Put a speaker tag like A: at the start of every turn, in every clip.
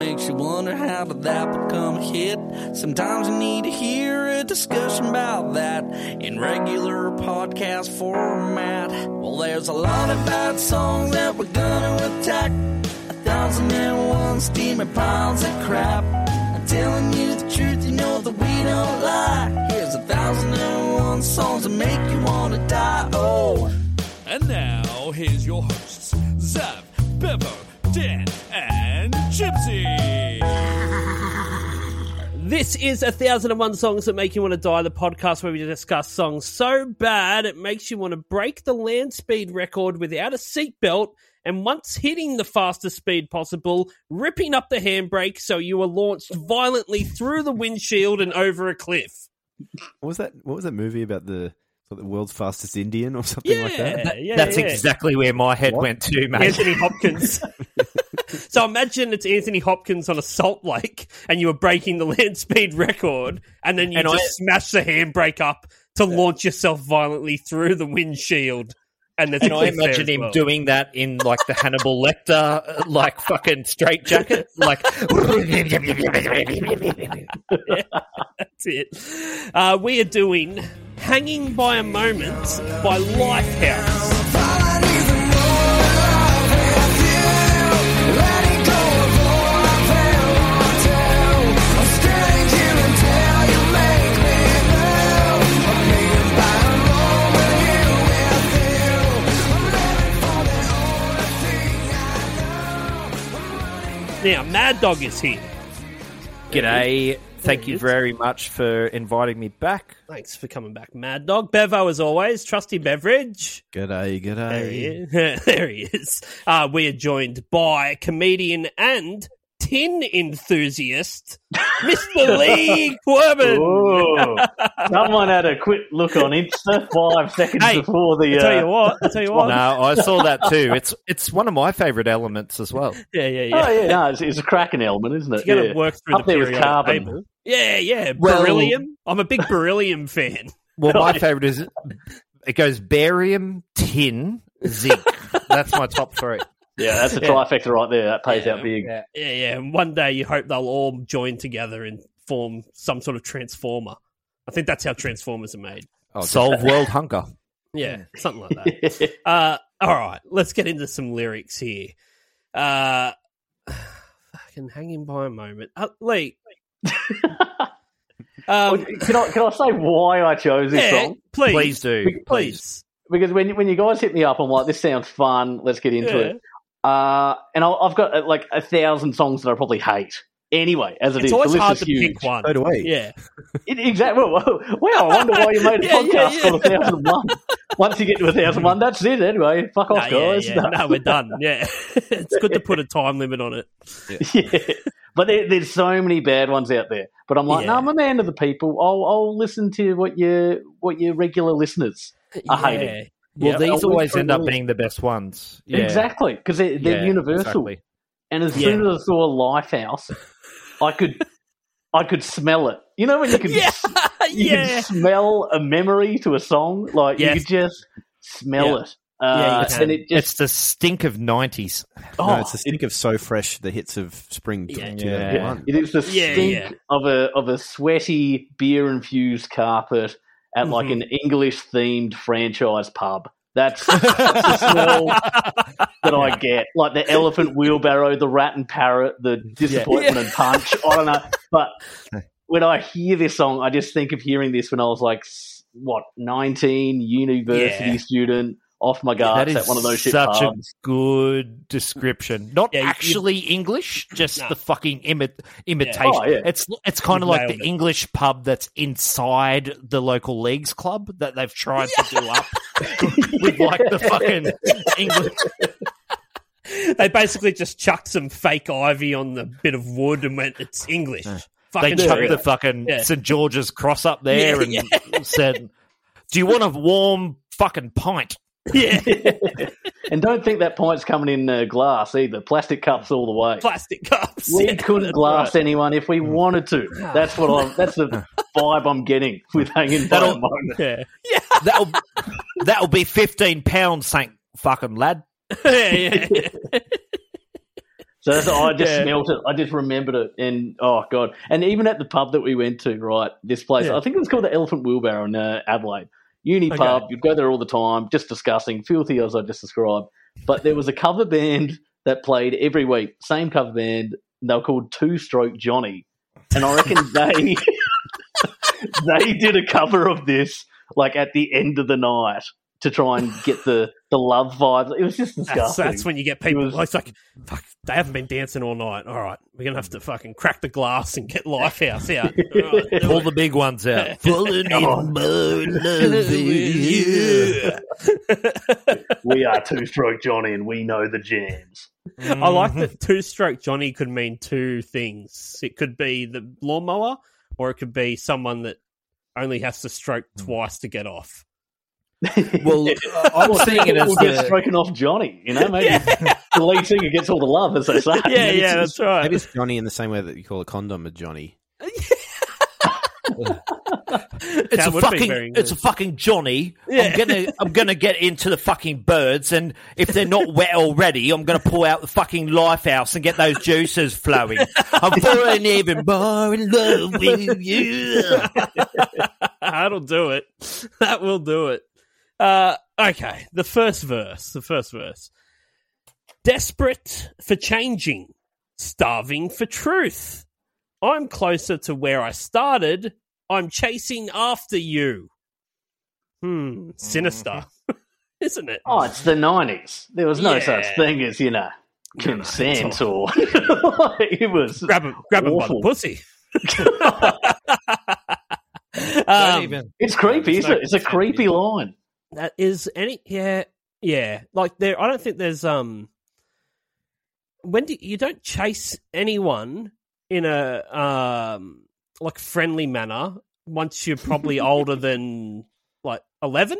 A: makes you wonder how did that become a hit. Sometimes you need to hear a discussion about that in regular podcast format. Well, there's a lot of bad songs that we're gonna attack. A thousand and one steaming piles of crap. I'm telling you the truth, you know that we don't lie. Here's a thousand and one songs that make you wanna die. Oh.
B: And now, here's your hosts, Zav, Bevo, Dan, and Gypsy.
C: This is a thousand and one songs that make you want to die. The podcast where we discuss songs so bad it makes you want to break the land speed record without a seatbelt, and once hitting the fastest speed possible, ripping up the handbrake so you are launched violently through the windshield and over a cliff.
D: What was that? What was that movie about the the world's fastest Indian or something like that?
C: Yeah, yeah,
E: That's
C: yeah.
E: exactly where my head
D: What?
E: went to, mate.
C: Anthony Hopkins. so imagine it's Anthony Hopkins on a salt lake, and you were breaking the land speed record, and then you
E: And
C: just
E: I-
C: smash the handbrake up to launch yourself violently through the windshield. And, there's a
E: And I
C: cliff there
E: imagine
C: as
E: him
C: well.
E: doing that in like the Hannibal Lecter, uh, like fucking straight jacket, like.
C: That's it. Uh, we are doing "Hanging by a Moment" by Lifehouse. Now, Mad Dog is here.
E: G'day. Thank you very much for inviting me back.
C: Thanks for coming back, Mad Dog. Bevo, as always, trusty beverage.
D: G'day,
C: There he
D: g'day.
C: is. there he is. Uh, we are joined by comedian and tin enthusiast, Mr. Lee Querman.
F: Whoa. Someone had a quick look on Insta five seconds
C: Hey,
F: before the.
C: I tell
F: uh,
C: you what, I tell you
E: No,
C: what.
E: I saw that too. It's it's one of my favorite elements as well.
C: Yeah, yeah, yeah.
F: Oh yeah, no, it's, it's a cracking element, isn't it?
C: You gotta
F: yeah.
C: work through
F: Up
C: the
F: there with
C: periodic
F: carbon.
C: table. Yeah, yeah.
E: Well-
C: beryllium. I'm a big beryllium fan.
E: Well, my favorite is it goes barium, tin, zinc. That's my top three.
F: Yeah, that's a trifecta right there. That pays out big.
C: Yeah, yeah. And one day you hope they'll all join together and form some sort of transformer. I think that's how transformers are made.
D: Oh,
E: Solve world hunger.
C: Yeah, something like that. Uh, all right, let's get into some lyrics here. Uh, fucking hanging by a moment, uh, Lee. um,
F: can I can I say why I chose this
C: yeah,
F: song?
C: please, please,
E: Please do.
C: please.
F: Because when when you guys hit me up, I'm like, this sounds fun. Let's get into
C: Yeah.
F: it. Uh, and I, I've got uh, like a thousand songs that I probably hate. Anyway, as it
C: It's
F: is,
C: always
F: the list
C: hard
F: is
C: to
F: huge.
C: pick one.
D: So do we.
C: Yeah,
F: It, exactly. Well, wow, I wonder why you made a
C: Yeah, yeah,
F: podcast
C: yeah.
F: called 1001. Once you get to 1001, that's it anyway. Fuck off,
C: no, yeah,
F: guys.
C: yeah.
F: No.
C: no, we're done. Yeah, it's good to put a time limit on it.
F: Yeah. But there, there's so many bad ones out there. But I'm like,
C: Yeah.
F: no, I'm a man of the people. I'll, I'll listen to what your what your regular listeners. I hate it.
E: Well,
C: Yeah.
E: these
F: always
E: always
F: try
E: end up
F: to-
E: being the best ones. Yeah.
F: Exactly, because they're, they're
E: Yeah,
F: universal.
E: exactly.
F: And as
C: Yeah.
F: soon as I saw Lifehouse, I could I could smell it. You know when you can
C: Yeah,
F: you
C: yeah.
F: could smell a memory to a song, like
C: Yes.
F: you could just smell
C: Yeah.
F: it.
C: Yeah, you
F: Uh,
C: can.
F: and it just
E: It's the stink of nineties.
F: oh,
D: no, it's the stink of so fresh. The hits of spring
C: Yeah.
D: 2001.
F: It is the
C: Yeah,
F: stink
C: yeah.
F: of a of a sweaty beer infused carpet at like
C: Mm-hmm.
F: an English themed franchise pub. That's, that's the smell that I get. Like the elephant wheelbarrow, the rat and parrot, the disappointment and punch. I don't know, but when I hear this song, I just think of hearing this when I was like s- what nineteen, university
C: Yeah.
F: student, off my guard at one of those shit
E: such a
F: pubs.
E: good description. Not
C: Yeah, you-
E: actually English, just
C: No.
E: the fucking imi- imitation.
F: Oh, yeah.
E: It's it's kind of
C: You've
E: like the
C: nailed it.
E: English pub that's inside the local leagues club that they've tried to do up with like the fucking English.
C: They basically just chucked some fake ivy on the bit of wood and went, "It's English."
E: They
C: Fucking
E: chucked
C: true.
E: the fucking
C: Yeah.
E: St George's cross up there
C: Yeah,
E: and said, "Do you want a warm fucking pint?"
C: yeah.
F: And don't think that pint's coming in uh, glass either. Plastic cups all the way.
C: plastic cups.
F: We
C: Yeah,
F: couldn't
C: that's
F: glass
C: right.
F: anyone if we wanted to. That's what I'm. That's the vibe I'm getting with hanging by a
E: That'll-
F: moment.
C: Yeah.
E: That'll that'll be fifteen pounds, Saint fucking lad.
C: yeah, yeah, yeah.
F: So that's, I just
C: Yeah.
F: smelt it. I just remembered it, and oh god! And even at the pub that we went to, right, this place,
C: Yeah.
F: I think it was called the Elephant Wheelbarrow in uh, Adelaide, uni pub. You'd go there all the time, just discussing filthy as I just described. But there was a cover band that played every week, same cover band. They were called Two Stroke Johnny, and I reckon they they did a cover of this like at the end of the night to try and get the the love vibes. It was just
C: That's,
F: disgusting.
C: that's when you get people.
F: It was-
C: it's like, fuck, they haven't been dancing all night. All right, we're gonna have to fucking crack the glass and get Lifehouse out. All right, no
G: Pull the big ones out. Falling in love with you.
F: we are Two Stroke Johnny and we know the jams.
C: I like that two stroke Johnny could mean two things. It could be the lawnmower, or it could be someone that only has to stroke twice to get off.
G: Well, I'm seeing it as
F: People get
G: the,
F: stroking off Johnny, you know, maybe the lead singer gets all the love, as they say. Maybe it's-
C: right.
D: Maybe it's Johnny in the same way that you call a condom a Johnny.
C: That
E: It's a
C: would be
E: fucking,
C: very
E: it's a
C: good.
E: fucking Johnny.
C: Yeah.
E: I'm gonna, I'm gonna get into the fucking birds, and if they're not wet already, I'm gonna pull out the fucking lifehouse and get those juices flowing. I'm falling even more in love with you.
C: That'll do it. That will do it. Uh, okay, the first verse. The first verse. Desperate for changing, starving for truth. I'm closer to where I started. I'm chasing after you. Hmm, sinister, isn't it?
F: Mm-hmm. Oh, it's the nineties. There was no
C: Yeah.
F: such thing as you know consent or it was.
C: grab him, grab him by the
F: awful.
C: pussy.
G: don't
C: Um,
G: even,
F: It's creepy, isn't it? It's a creepy line.
C: That is any yeah yeah like there I don't think there's um when do you don't chase anyone in a um like friendly manner once you're probably older than like 11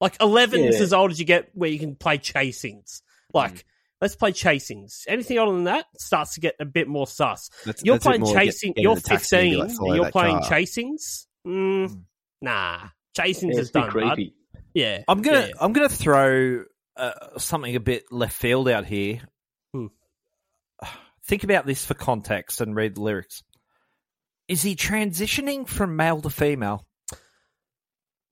C: like 11 is
F: Yeah.
C: as old as you get where you can play chasings like
D: Mm.
C: let's play chasings anything older than that starts to get a bit more sus
D: That's,
C: you're
D: that's it
C: playing
D: more get-
C: chasing.
D: get in
C: you're
D: the taxi and be
C: 15.
D: like, follow
C: and you're
D: that
C: playing
D: car.
C: chasings. Mm, Nah, chasings
F: Yeah,
C: is
F: it's a bit
C: done. bud.
F: creepy.
C: Yeah,
G: I'm gonna,
C: Yeah.
G: I'm gonna throw uh, something a bit left field out here.
C: Hmm.
G: Think about this for context and read the lyrics. Is he transitioning from male to female?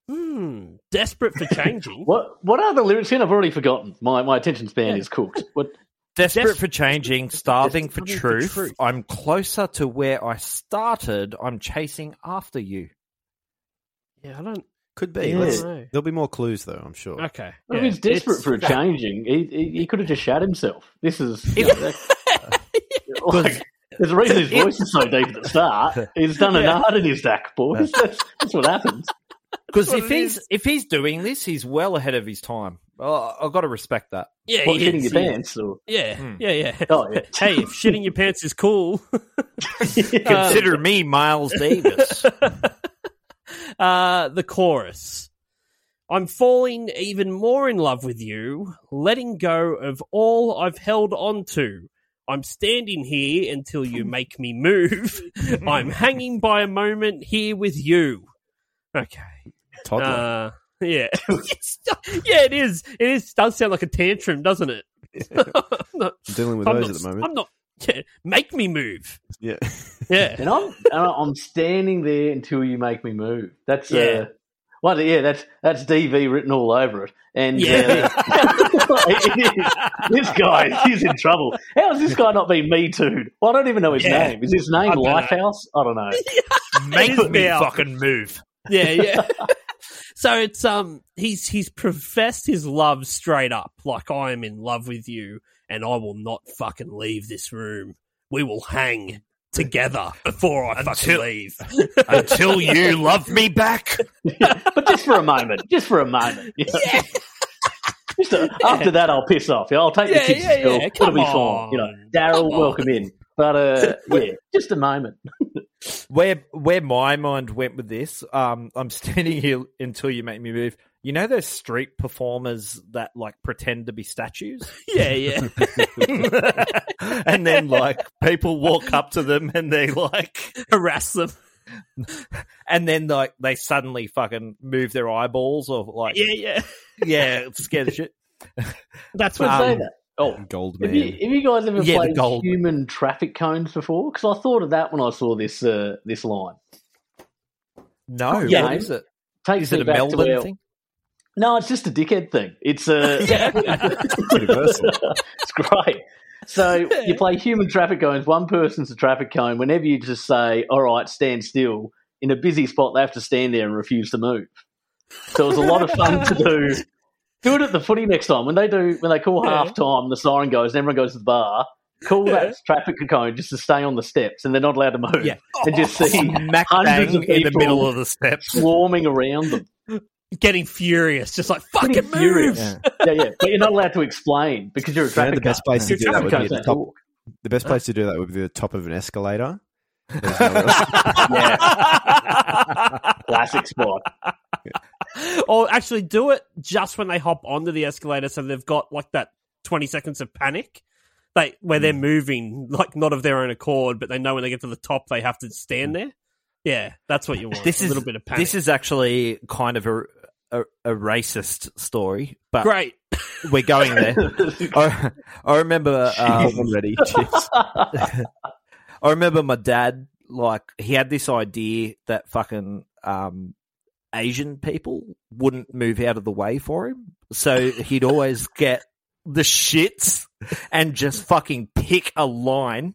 C: Hmm. desperate for changing.
F: What What are the lyrics again? I've already forgotten. My My attention span is cooked. What?
G: Desperate
C: Des-
G: for changing, starving for
C: Desperate for
G: truth.
C: truth.
G: I'm closer to where I started. I'm chasing after you.
C: yeah, I don't.
D: Could be.
F: Yeah.
D: Let's-
C: know.
D: there'll be more clues though, I'm sure.
C: Okay,
F: If
C: yeah,
F: he's desperate
C: it's-
F: for a changing, he, he, he could have just shat himself. This is you know, that- like, there's a reason his voice is so deep at the start. He's done an art in his deck, boys. That's, that's what happens.
G: Because
C: what
G: if
C: it
G: he's if he's doing this, he's well ahead of his time. Oh, I've got to respect that.
C: Yeah,
F: What,
C: he
F: shitting
C: is,
F: your
C: he is.
F: pants? Or,
C: Yeah,
G: Hmm.
C: yeah, yeah.
F: oh, yeah.
C: hey, if shitting your pants is cool.
G: Um, Consider me Miles Davis.
C: uh, the chorus. I'm falling even more in love with you, letting go of all I've held on to. I'm standing here until you make me move. I'm hanging by a moment here with you. Okay.
D: Toddler.
C: Uh, yeah. It's- yeah, it is. It is. Does sound like a tantrum, doesn't it?
D: I'm dealing with
C: I'm
D: those
C: not-
D: at the moment.
C: I'm not. Yeah, make me move.
D: Yeah.
C: Yeah.
F: And I'm and I'm standing there until you make me move. That's
C: Yeah.
F: uh, well, yeah, that's that's DV written all over it. And
C: Yeah.
F: uh, it is. this guy, he's in trouble. How has this guy not been me too? Well, I don't even know his
C: Yeah.
F: name. Is his name
C: don't know.
F: Lifehouse? I don't know.
E: Make
C: His
E: me
C: mouth.
E: fucking move.
C: yeah, yeah. so it's um he's he's professed his love straight up, like I am in love with you, and I will not fucking leave this room. We will hang together before I fucking
E: Until-
C: leave.
E: Until you love me back.
F: But just for a moment, just for a moment. you know. Just a, After that, I'll piss off. Yeah, I'll take
C: Yeah,
F: the kids
C: yeah,
F: to school.
C: yeah.
F: It'll be
C: Come
F: fine. You know,
C: on.
F: Daryl,
C: Come on.
F: welcome in. But uh, yeah, just a moment.
G: where where my mind went with this, um, I'm standing here until you make me move. You know those street performers that like pretend to be statues,
C: yeah, yeah.
G: and then like people walk up to them and they like,
C: Harass them.
G: and then like they suddenly fucking move their eyeballs or like,
C: Yeah, yeah.
G: yeah, it's scared of shit.
C: That's
F: Would
C: what
G: Um,
F: say that. Oh,
D: Gold
F: have you,
D: man.
F: have you guys ever
E: Yeah, the
F: played
E: gold man.
F: human traffic cones before? Because I thought of that when I saw this uh, this line.
G: No,
F: Yeah.
G: what is it?
F: Takes
G: Is
F: me
G: it a
F: back to where-
G: Melbourne thing?
F: No, it's just a dickhead thing. It's uh,
D: Universal.
F: it's great. So you play human traffic cones. One person's a traffic cone. Whenever you just say, "All right, stand still," in a busy spot, they have to stand there and refuse to move. So it was a lot of fun to do. Do it at the footy next time when they do when they call
C: Yeah.
F: half time. The siren goes and everyone goes to the bar. Call that traffic cone just to stay on the steps, and they're not allowed to move.
E: Yeah.
F: And just see
E: Smack
F: hundreds
E: bang
F: of
E: in the
F: people-
E: middle of the steps.
F: swarming around them.
C: Getting furious, just like fucking move.
F: furious. Yeah, yeah. But you're not allowed to explain because you're a
D: You know,
F: traffic
D: the best
F: cone.
D: place to
F: You're
D: do that
F: a
D: would
F: traffic
D: be the
F: cone.
D: top. The best place to do that would be the top of an escalator. There's nowhere else.
F: Classic spot.
C: Or actually do it just when they hop onto the escalator, so they've got like that twenty seconds of panic, like where they're moving, like not of their own accord, but they know when they get to the top, they have to stand there. Yeah, that's what you want.
E: This
C: a
E: is-
C: little bit of panic.
E: This is actually kind of a, a, a racist story, but
C: great.
E: we're going there. I, I remember um,
D: I'm ready. Jeez.
E: I remember my dad, like, he had this idea that fucking um, Asian people wouldn't move out of the way for him. So he'd always get the shits and just fucking pick a line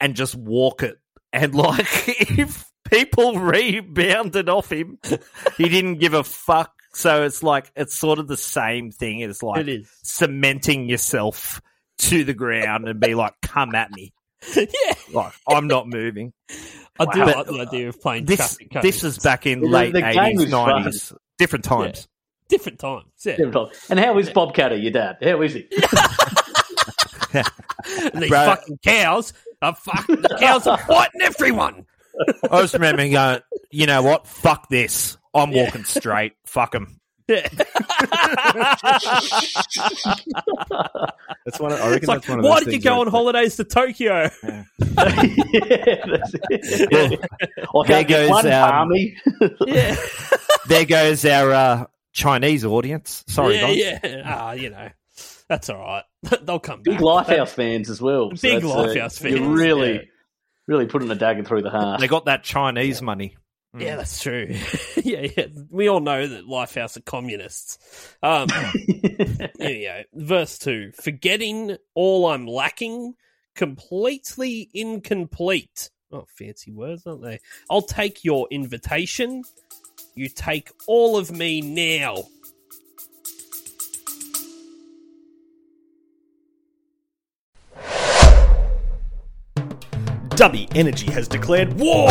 E: and just walk it. And, like, if people rebounded off him, he didn't give a fuck. So it's like, it's sort of the same thing. It's like
C: It is.
E: cementing yourself to the ground and be like, come at me.
C: yeah,
E: Like, I'm not moving.
C: I do
E: Wow.
C: like the idea of playing
E: This
C: traffic cones.
E: this was back in
F: The-
E: late
F: the game
E: eighties,
F: was fun.
E: nineties, different times.
C: different times. Yeah,
F: Every time. And how is Bob Catter, your dad? How is he?
C: and these
E: Bro.
C: fucking cows are fucking the cows are fighting everyone.
E: I just remember going, you know what? Fuck this. I'm walking straight. Fuck them.
C: Yeah.
D: That's one. Of, I reckon
C: It's like,
D: that's one of
C: why
D: those
C: did you
D: things
C: go
D: where
C: on
D: it's like-
C: holidays to Tokyo?
F: yeah, that's it. I
E: There
F: can't
E: goes,
F: get one
E: um,
F: army.
C: yeah,
E: There goes our uh, Chinese audience. Sorry,
C: yeah,
E: guys.
C: yeah. Ah, you know, that's all right. They'll come
F: Big
C: back.
F: Lifehouse fans as well.
C: Big
F: that's, uh,
C: Lifehouse
F: You're
C: fans,
F: really,
C: yeah.
F: really putting a dagger through the heart.
E: They got that Chinese money.
C: Yeah, that's true. yeah, yeah. We all know that Lifehouse are communists. Um, here we go. Verse two: forgetting all I'm lacking, completely incomplete. Oh, fancy words, aren't they? I'll take your invitation. You take all of me now.
H: Dubby Energy has declared war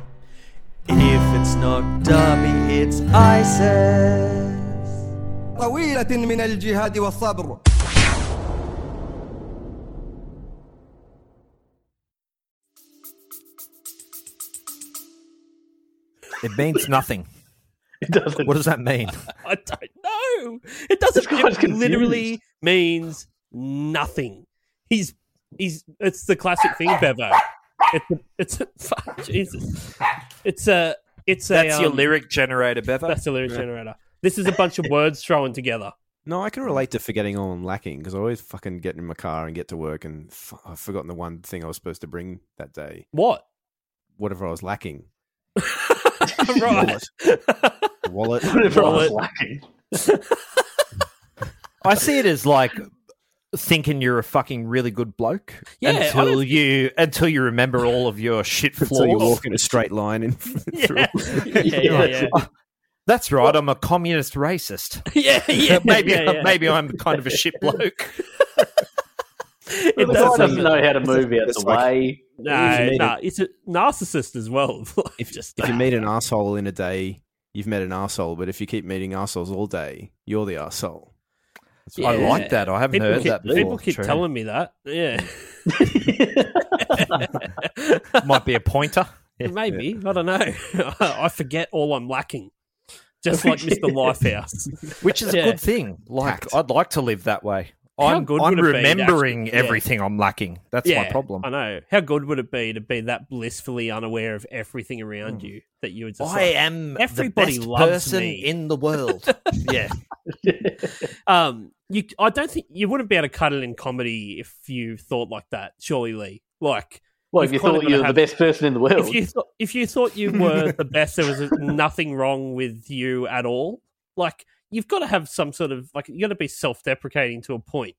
H: if it's not dubby, it's ISIS.
I: طويلة من الجهاد والصبر
E: It means nothing.
F: It doesn't.
E: What does that mean?
C: I don't know. It doesn't.
F: This guy's
C: It literally
F: confused.
C: means nothing. He's he's. It's the classic thing, Bevo. It's a, it's a, fuck Jesus. It's a it's a.
E: That's your
C: um,
E: lyric generator, Bevo.
C: That's the lyric generator. This is a bunch of words thrown together.
D: No, I can relate to forgetting all and lacking because I always fucking get in my car and get to work and f- I've forgotten the one thing I was supposed to bring that day,
C: What?
D: whatever I was lacking.
C: right.
D: A wallet.
F: Whatever I was
D: wallet.
F: lacking.
E: I see it as like thinking you're a fucking really good bloke
C: Yeah, I
E: until
C: don't-
E: you until you remember all of your shit flaws.
D: So you walk in a straight line and
C: Yeah. Yeah, yeah, yeah.
E: That's right. I'm a communist racist.
C: yeah, yeah,
E: maybe
C: yeah, yeah.
E: maybe I'm kind of a shit bloke.
C: it
F: The
C: does.
F: guy
C: Doesn't
F: doesn't know how to move out
D: It's
F: the
D: like-
F: way.
C: No, no, it's a narcissist as well. if just
D: if you meet an asshole in a day, you've met an asshole. But if you keep meeting assholes all day, you're the asshole.
E: I
C: Yeah.
E: like that. I haven't
C: People
E: heard
C: keep,
E: that before.
C: people keep
E: True.
C: telling me that. Yeah,
E: Might be a pointer.
C: maybe I don't know. I forget all I'm lacking, just like Mr. Lifehouse.
E: which is
C: Yeah.
E: a good thing. Like I'd like to live that way. I'm
C: good
E: I'm
C: would it be to
E: remembering
C: actually- yeah.
E: everything I'm lacking. That's my problem.
C: I know. How good would it be to be that blissfully unaware of everything
F: Hmm.
C: around you that you would just
E: I
C: like-
E: am
C: everybody
E: the best
C: loves
E: person
C: me.
E: in the world. yeah,
C: um you I don't think you wouldn't be able to cut it in comedy if you thought like that, surely Lee. Like
F: Well, if you
C: You've kinda
F: thought
C: gotta
F: you were the
C: have-
F: best person in the world,
C: if you thought if you thought you were the best, there was nothing wrong with you at all. Like you've got to have some sort of like you got to be self deprecating to a point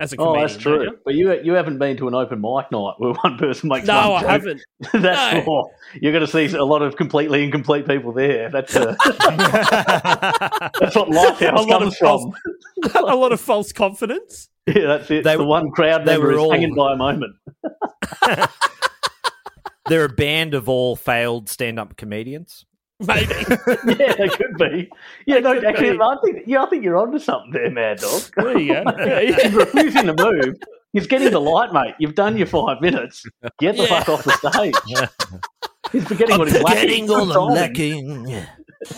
C: as a
F: oh,
C: comedian.
F: that's
C: don't
F: true.
C: you?
F: But you you haven't been to an open mic night where one person makes
C: No,
F: one
C: I
F: joke.
C: haven't.
F: that's
C: No.
F: all. You're going to see a lot of completely incomplete people there. That's uh, that's what
C: A
F: Lifehouse
C: lot
F: comes
C: of
F: from.
C: false- a lot of false confidence.
F: Yeah, that's it.
E: They
F: the
E: were-
F: one crowd
E: they
F: member
E: were
F: is
E: all-
F: hanging by a moment.
E: they're a band of all failed stand-up comedians.
C: Maybe
F: Yeah, they could be. Yeah, no,
C: could
F: actually,
C: be.
F: I think yeah, I think you're onto something there, Mad Dog.
C: there you go.
F: He's refusing to move. He's getting the light, mate. You've done your five minutes. Get the
C: Yeah.
F: fuck off the stage. He's forgetting what he's lacking. Sorry.
E: lacking.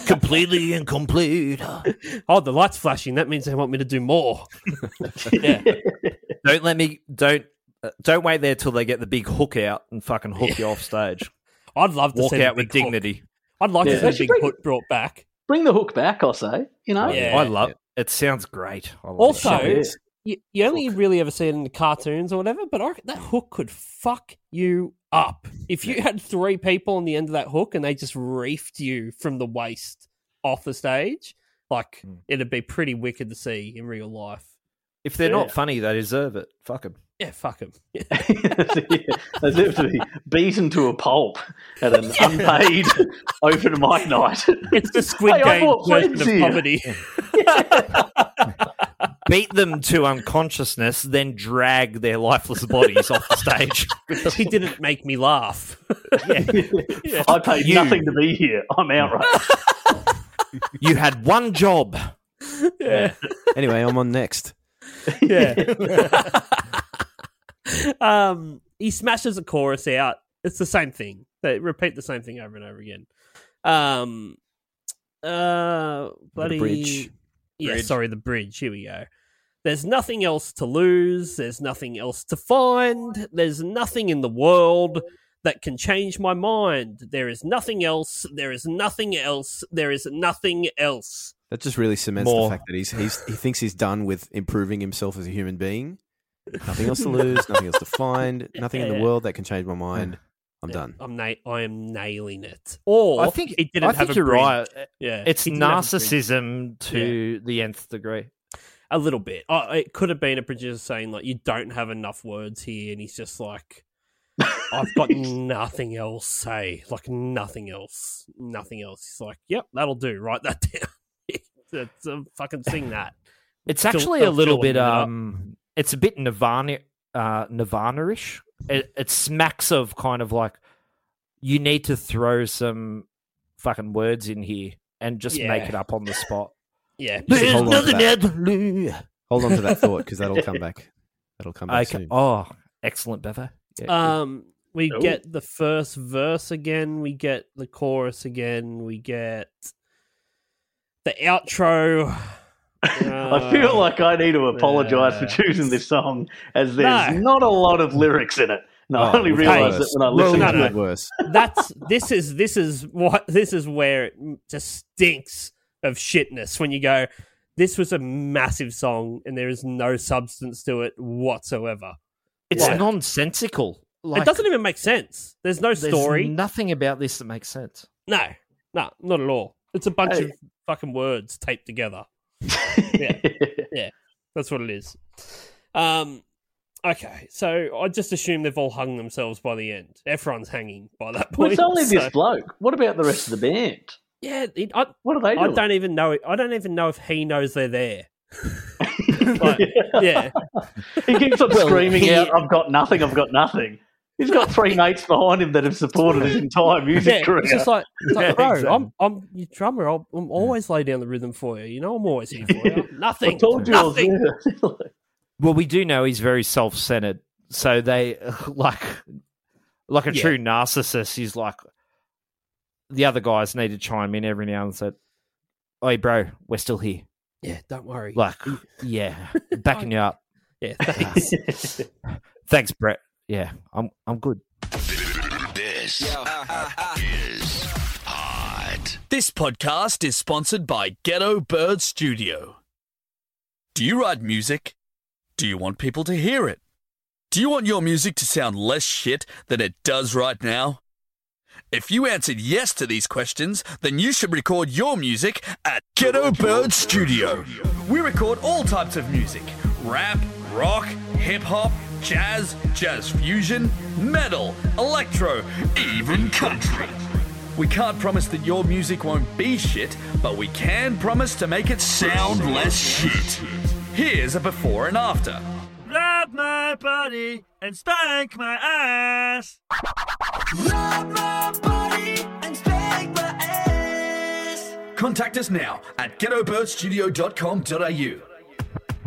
E: Completely incomplete.
C: Oh, the light's flashing. That means they want me to do more. yeah.
E: Don't let me. Don't uh, don't wait there till they get the big hook out and fucking hook you off stage.
C: I'd love to
E: Walk
C: see the
E: out with
C: big hook.
E: dignity.
C: I'd like
F: Yeah.
C: to
F: They
C: see
F: should
C: Big
F: bring-
C: Hook brought back.
F: Bring the hook back, I say. You know, Oh,
C: Yeah.
E: I love it. Sounds great. I love
C: Also,
E: it.
F: Yeah.
C: you, you only really ever see it in the cartoons or whatever, but I, reckon that hook could fuck you up. If you had three people on the end of that hook and they just reefed you from the waist off the stage, like it'd be pretty wicked to see in real life.
E: if they're
F: Yeah.
E: not funny, they deserve it. Fuck them.
C: Yeah, fuck him.
F: they live to be beaten to a pulp at an unpaid open mic night.
C: It's the Squid
F: Hey, I
C: Game
F: bought
C: version
F: friends
C: of
F: here.
C: comedy.
E: beat them to unconsciousness, then drag their lifeless bodies off the stage.
C: he didn't make me laugh.
F: I paid nothing to be here. I'm outraged.
E: You had one job.
D: Anyway, I'm on next.
C: um, he smashes a chorus out. It's the same thing. They repeat the same thing over and over again. Um, uh, bloody
D: bridge.
C: Yeah,
E: Bridge.
C: sorry, the bridge. Here we go. There's nothing else to lose. There's nothing else to find. There's nothing in the world that can change my mind. There is nothing else. There is nothing else. There is nothing else.
D: That just really cements
E: More.
D: the fact that he's, he's he thinks he's done with improving himself as a human being. Nothing else to lose, nothing else to find, nothing in the
C: Yeah.
D: world that can change my mind. I'm done.
C: I'm na- I am nailing it. Or
E: I think
C: he didn't
E: I
C: have
E: think
C: a
E: you're
C: bridge.
E: right.
C: Yeah,
E: It's
C: he didn't have a bridge.
E: narcissism to the nth degree.
C: a little bit. Oh, it could have been a producer saying like, "You don't have enough words here," and he's just like, "I've got nothing else say, like nothing else, nothing else." He's like, "Yep, that'll do. Write that down. That's um, fucking sing that."
E: It's
C: Fill-
E: actually a
C: fill-
E: little
C: fill it
E: bit
C: up.
E: um it's a bit Nirvana uh Nirvana-ish. It, it smacks of kind of like you need to throw some fucking words in here and just make
C: Yeah.
E: it up on the spot.
C: Yeah,
D: You should hold on to that.
E: to lose.
D: Hold on to that thought because that'll come back. That'll come back
E: Okay.
D: soon.
E: Oh, excellent, Bevo. Yeah,
C: Um, we
F: Cool.
C: get the first verse again. We get the chorus again. We get the outro. Uh,
F: I feel like I need to apologise
C: yeah.
F: for choosing this song as there's
C: No.
F: not a lot of lyrics in it. And I
D: Oh,
F: only
D: we've got
F: realised that
D: worse.
F: when I
C: Well,
F: listened
C: no,
F: to
C: no.
F: it.
D: Worse.
C: that's this is this is what this is where it just stinks of shitness when you go this was a massive song and there is no substance to it whatsoever
E: it's
F: Yeah.
E: nonsensical. Like,
C: it doesn't even make sense there's no
E: there's
C: story
E: nothing about this that makes sense.
C: no no not at all it's a bunch
F: Hey.
C: of fucking words taped together That's what it is. Um, okay, so I just assume they've all hung themselves by the end. Everyone's hanging by that
F: well,
C: point.
F: it's only
C: so-
F: this bloke. What about the rest of the band?
C: Yeah, it, I,
F: What are they
C: I
F: doing?
C: don't even know. I don't even know if he knows they're there. Like, yeah,
F: He keeps on
E: Well,
F: screaming
E: he-
F: out, I've got nothing, I've got nothing. He's got three mates behind him that have supported his entire music
C: Yeah,
F: career.
C: it's just like, it's like,
G: Yeah,
C: bro,
G: exactly.
C: I'm, I'm your drummer. I'll, I'm always lay down the rhythm for you. You know, I'm always here for you. Nothing.
F: I told you I was
C: nothing.
F: there.
E: Well, we do know he's very self-centered. So they like like a
C: Yeah.
E: true narcissist, he's like the other guys need to chime in every now and say, Hey bro, we're still here.
C: Yeah, don't worry.
E: Like, yeah, backing you up.
C: yeah, thanks.
E: Thanks, Brett. Yeah, I'm I'm good.
B: This podcast is sponsored by Ghetto Bird Studio. Do you write music? Do you want people to hear it? Do you want your music to sound less shit than it does right now? If you answered yes to these questions, then you should record your music at Ghetto Bird Studio. We record all types of music rap, rock, hip hop, jazz, jazz fusion, metal, electro, even country. We can't promise that your music won't be shit, but we can promise to make it sound less shit. Here's a before and after.
G: Grab my body and spank my ass.
B: Contact us now at ghettobirdstudio.com.au.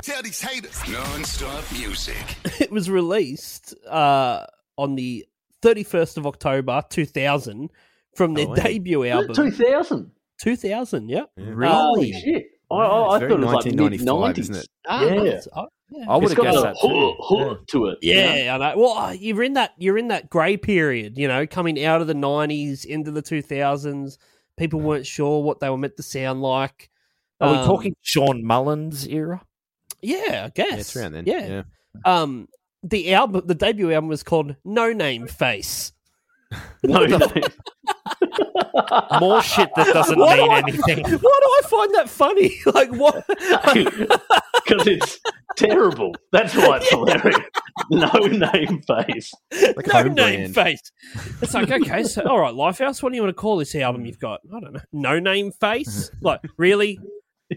J: Tell these haters. Non-stop music.
C: it was released uh, on the 31st of October 2000 from their debut
F: Two
C: album.
F: thousand.
C: 2000, yeah.
F: Holy shit! I, I, I
D: It's very
F: thought it was like mid
D: 1995,
F: nineties.
D: isn't it?
C: Ah,
F: Yeah.
C: that's- oh, yeah.
E: I would
F: It's
E: have
F: got
E: guessed
F: a
E: that.
F: huh, huh to it. you
C: Yeah,
F: know?
C: I know. Well, uh, you're in that you're in that grey period, you know, coming out of the '90s into the 2000s. People weren't sure what they were meant to sound like.
E: Are we
C: Um,
E: talking Sean Mullins era?
C: Yeah, I guess.
D: Yeah, it's around then.
C: Yeah. Um, the album, the debut album was called No Name Face.
F: No, no.
E: More shit that doesn't
C: Why do
E: mean
C: I-
E: anything.
C: Why do I find that funny? Like what?
F: because it's terrible. That's why it's hilarious. No name face.
D: Like
C: no
D: home
C: name
D: brand.
C: face. It's like okay, so all right, Lifehouse. What do you want to call this album you've got? I don't know. No name face. Like really,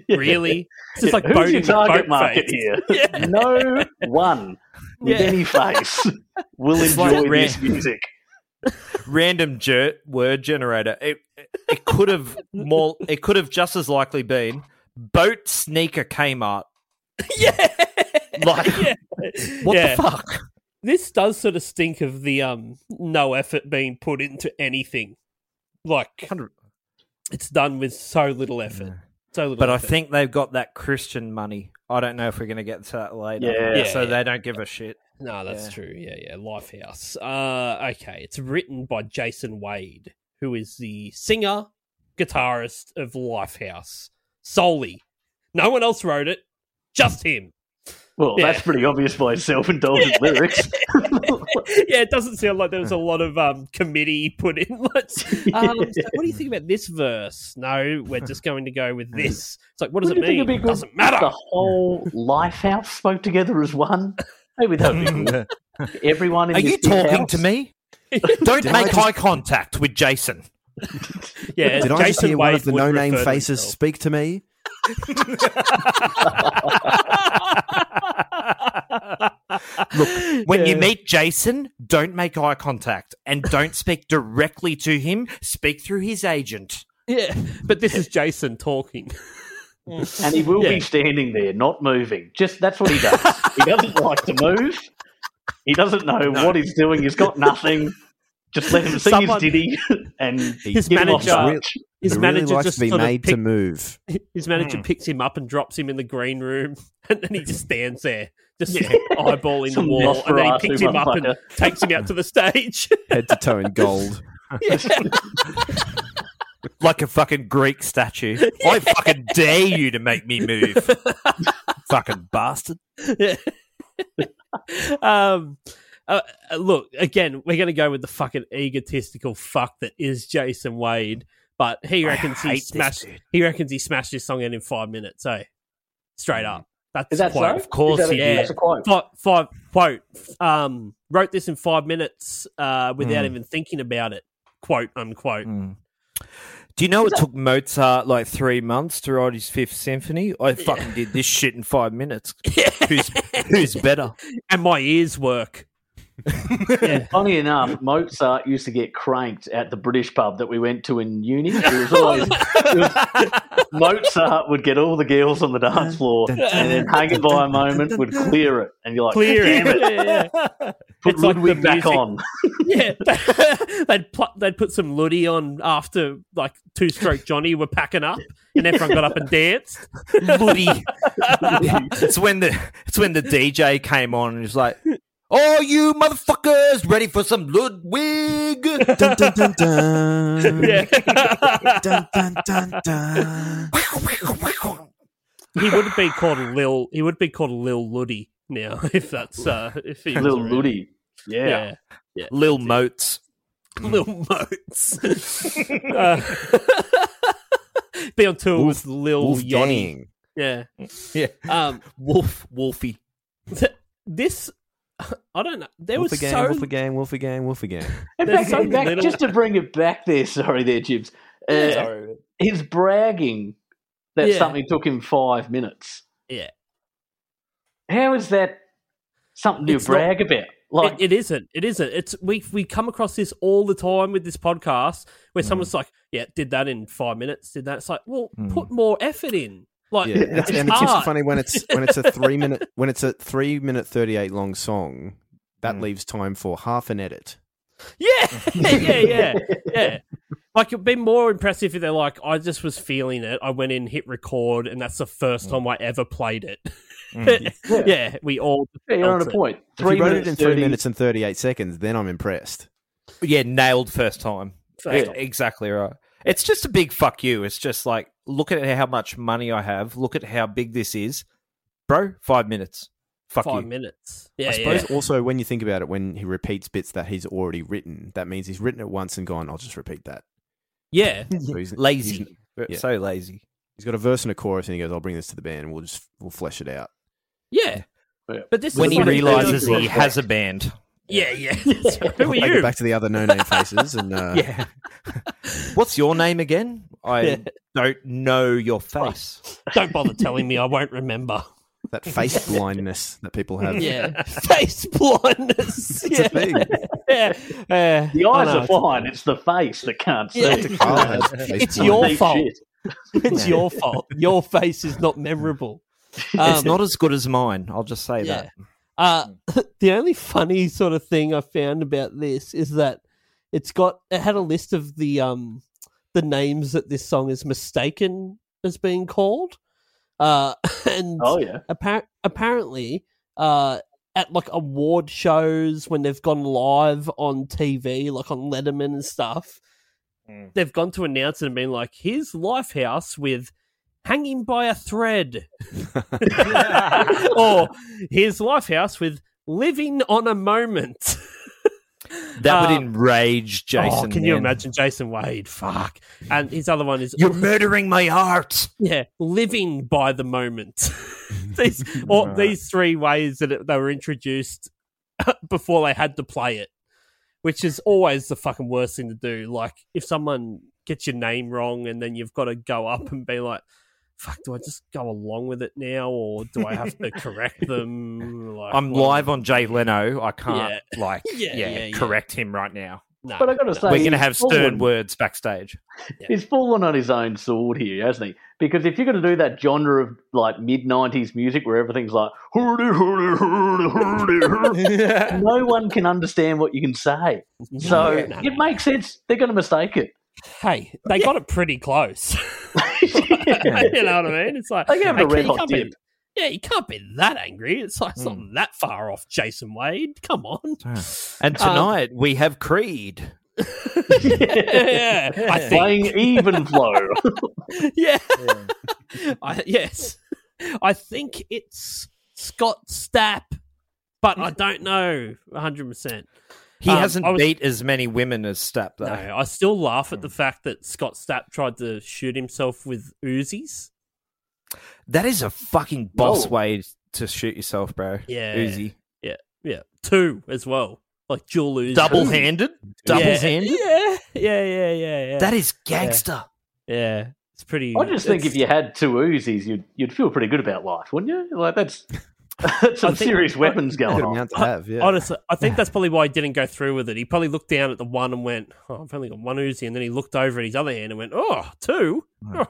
C: really. It's just like
F: Who's
C: bone
F: your
C: in the
F: target
C: boat
F: market
C: face.
F: here?
C: Yeah.
F: No one with
C: Yeah.
F: any face will
E: It's like
F: enjoy
E: rare.
F: this music.
G: Random jer- word generator. It it could have more. It could have just as likely been boat sneaker Kmart.
C: Yeah.
G: Like what the
C: Yeah.
G: fuck?
C: This does sort of stink of the um no effort being put into anything. Like it's done with so little effort. So little
G: But I
C: effort.
G: think they've got that Christian money. I don't know if we're going to get to that later.
F: Yeah. Yeah,
G: so
C: yeah.
G: they don't give a shit.
C: No, that's
G: Yeah.
C: true. Yeah, yeah. Lifehouse. Uh, okay, it's written by Jason Wade, who is the singer, guitarist of Lifehouse solely. No one else wrote it, just him.
F: Well,
C: Yeah.
F: that's pretty obvious by self-indulgent lyrics.
C: yeah, it doesn't sound like there was a lot of um, committee put in. Let's, um, so what do you think about this verse? No, we're just going to go with this. It's like, what does
F: Wouldn't
C: it
F: you think
C: mean?
F: it'd be
C: It
F: good
C: doesn't
F: if
C: matter.
F: The whole Lifehouse spoke together as one. Maybe that would be
C: Mm.
F: cool. Everyone in
E: Are
F: this
E: you
F: big
E: talking
F: house-
E: to me? Don't make eye contact with Jason.
C: Yeah,
D: Did
C: Jason
D: I just hear
C: Wade
D: one of the
C: would
D: no name
C: refer to
D: faces
C: himself.
D: speak to me?
E: Look, when you meet Jason, don't make eye contact and don't speak directly to him. Speak through his agent.
C: Yeah, but this is Jason talking.
F: And he will
C: Yeah.
F: be standing there, not moving. Just that's what he does. he doesn't like to move. He doesn't know what he's doing. He's got nothing. Just let him sing
C: Someone-
F: his ditty and
C: His
F: get him off
C: manager-
F: stage.
C: His
D: Who
C: manager
D: really likes
C: just
D: to be
C: sort of
D: made
C: pick-
D: to move.
C: his manager
F: Hmm.
C: picks him up and drops him in the green room, and then he just stands there, just eyeballing the
F: Some
C: wall, and then he
F: Nosferatu
C: picks him up and
F: motherfucker.
C: takes him out to the stage.
D: Head to toe in gold.
E: Like a fucking Greek statue. I fucking dare you to make me move. fucking bastard.
C: um, uh, uh, look, again, we're going to go with the fucking egotistical fuck that is Jason Wade, but he
E: I
C: reckons he
E: hate this
C: smashed.
E: dude.
C: He reckons he smashed this song out in five minutes. So, straight up, that's
F: Is that
C: quite
F: so?
E: Mm. Of course
F: Is that
E: he
F: a-
C: did.
F: That's a quote.
C: five, five quote um wrote this in five minutes uh without
E: Mm.
C: even thinking about it quote unquote
E: Mm. Do you know it took Mozart like three months to write his Fifth Symphony? I fucking did this shit in five minutes. who's, who's better?
C: and my ears work
F: Funny enough, Mozart used to get cranked at the British pub that we went to in uni. It was always Mozart would get all the girls on the dance floor and then hang it by a moment, would clear it, and you're like,
C: Clear it.
F: damn it,
C: Yeah, yeah, yeah.
F: put
C: It's like
F: Ludwig
C: the
F: back
C: music-
F: on.
C: Yeah, they'd pl- they'd put some Luddy on after like Two Stroke Johnny were packing up, and everyone got up and danced.
E: bloody. it's when the it's when the DJ came on and was like, "Oh, you motherfuckers, ready for some Ludwig?"
D: Dun, dun, dun, dun.
C: Yeah,
D: Dun, dun, dun, dun.
C: he would be called Lil. He would be called Lil Luddy now if that's uh, if he was
F: Little
C: around.
F: Luddy. Yeah.
C: Yeah,
E: Lil Moats.
D: Hmm.
C: Lil Moats. uh, be on tour with Lil
D: Wolf
C: Yachty.
D: Johnnying.
C: Yeah.
E: Yeah.
C: Um,
E: Wolf, Wolfie.
C: th- this, I don't know. There
D: Wolf
C: was
D: again,
C: so
D: wolf again, wolf again, wolf again.
F: In
C: There's
F: fact,
C: so
F: in fact,
C: little-
F: just to bring it back there, sorry there, Jibs. Uh, His bragging that
C: Yeah.
F: something took him five minutes.
C: Yeah.
F: How is that something to
C: It's not-
F: brag about? Like,
C: it, it isn't. It isn't. It's we we come across this all the time with this podcast
D: Hmm.
C: where someone's like, "Yeah, did that in five minutes. Did that?" It's like, well, put more effort in. Like,
D: Hmm. Yeah, and it's,
C: Uh, it's,
D: and it's just
C: hard.
D: funny when it's when it's a three minute when it's a three minute thirty eight long song that leaves time for half an edit.
C: Yeah, yeah, yeah, yeah. Like it'd be more impressive if they're like, I just was feeling it. I went in, hit record, and that's the first
D: Hmm.
C: time I ever played it. yeah. we all.
F: yeah, you're on
C: felt
F: a
C: it.
F: point.
D: If
F: Three
D: you wrote
F: minutes,
D: it in
F: 30
D: three minutes and thirty eight seconds, then I'm impressed.
E: Yeah, nailed first time.
C: First
E: E-
C: time.
E: Exactly right. It's just a big fuck you. It's just like, look at how much money I have. Look at how big this is, bro. Five minutes. Fuck
C: Five
E: you.
C: minutes. Yeah,
D: I suppose
C: yeah.
D: also when you think about it, when he repeats bits that he's already written, that means he's written it once and gone. I'll just repeat that.
C: yeah.
D: So he's- he's-
E: Lazy.
D: yeah.
E: uh, So lazy.
D: he's got a verse and a chorus, and he goes, "I'll bring this to the band. We'll just we'll flesh it out."
C: Yeah.
F: Yeah.
C: But this
E: When
C: is
E: he
C: like-
E: realizes he has a band.
C: Yeah, yeah. Who are
D: Take it
C: you?
D: back to the other no name faces, and uh,
E: Yeah. What's your name again? I
C: Yeah.
E: don't know your face.
C: Don't bother telling me. I won't remember.
D: that face blindness that people have.
C: Yeah. Face blindness.
D: It's a thing.
C: yeah. yeah.
F: The
C: I
F: eyes
C: know,
F: are
C: it's-
F: fine. It's the face that can't see.
C: Yeah.
D: Dr. Carl has face
C: It's
D: blindness.
C: your
F: Deep
C: fault.
F: shit.
C: It's your fault. Your face is not memorable. Um,
E: it's not as good as mine. I'll just say
C: Yeah.
E: that.
C: Uh, the only funny sort of thing I found about this is that it's got it had a list of the um the names that this song is mistaken as being called, uh, and
F: Oh yeah.
C: appar- apparently uh, at like award shows when they've gone live on TV, like on Letterman and stuff,
E: Mm.
C: they've gone to announce it and been like, "Here's Lifehouse with hanging by a thread," or "Here's Lifehouse with living on a moment."
E: That
C: Uh,
E: would enrage Jason.
C: oh, can you
E: then.
C: imagine Jason Wade? Fuck. And his other one is
E: You're murdering my heart.
C: yeah, living by the moment. these or these three ways that it, they were introduced before they had to play it, which is always the fucking worst thing to do. Like if someone gets your name wrong and then you've got to go up and be like, "Fuck, do I just go along with it now, or do I have to correct them?" Like,
E: I'm
C: what-
E: live on Jay Leno. I can't like
C: Yeah,
E: yeah,
C: yeah, yeah.
E: correct him right now.
C: Nah,
F: But I gotta
C: nah.
F: say,
E: We're gonna
F: he's
E: have stern
F: fallen.
E: words backstage.
F: He's fallen on his own sword here, hasn't he? Because if you're going to do that genre of like mid '90s music where everything's like, "Hurdy, hurdy, hurdy, hurdy, hurdy," no one can understand what you can say. So
C: Yeah, nah,
F: it
C: nah.
F: makes sense. They're going to mistake it.
C: hey, they got it pretty close. you know what I mean? It's like
F: They gave it a
C: hey,
F: red
C: you
F: hot
C: can't
F: dip.
C: Be, yeah, you can't be that angry. It's like it's not that far off, Jason Wade. Come on. Um,
E: And tonight we have Creed.
C: yeah, I think.
F: Playing even flow.
C: Yeah. I, yes, I think it's Scott Stapp, but I don't know 100. percent
E: He
C: Um,
E: hasn't
C: I was-
E: beat as many women as Stapp though.
C: No, I still laugh at the fact that Scott Stapp tried to shoot himself with Uzis.
E: That is a fucking boss
F: Whoa.
E: way to shoot yourself, bro.
C: Yeah.
E: Uzi.
C: Yeah, two as well, like dual Uzi.
E: Double handed. Double
C: yeah.
E: handed.
C: Yeah, yeah, yeah, yeah, yeah.
E: That is gangster.
C: yeah, it's pretty.
F: I just think
C: it's-
F: if you had two Uzis, you'd you'd feel pretty good about life, wouldn't you? Like that's Some
C: I think-
F: serious weapons going
D: Good
F: on.
D: amount to have, yeah.
C: Honestly, I think that's probably why he didn't go through with it. He probably looked down at the one and went, "Oh, I've only got one Uzi," and then he looked over at his other hand and went, "Oh, two? Oh,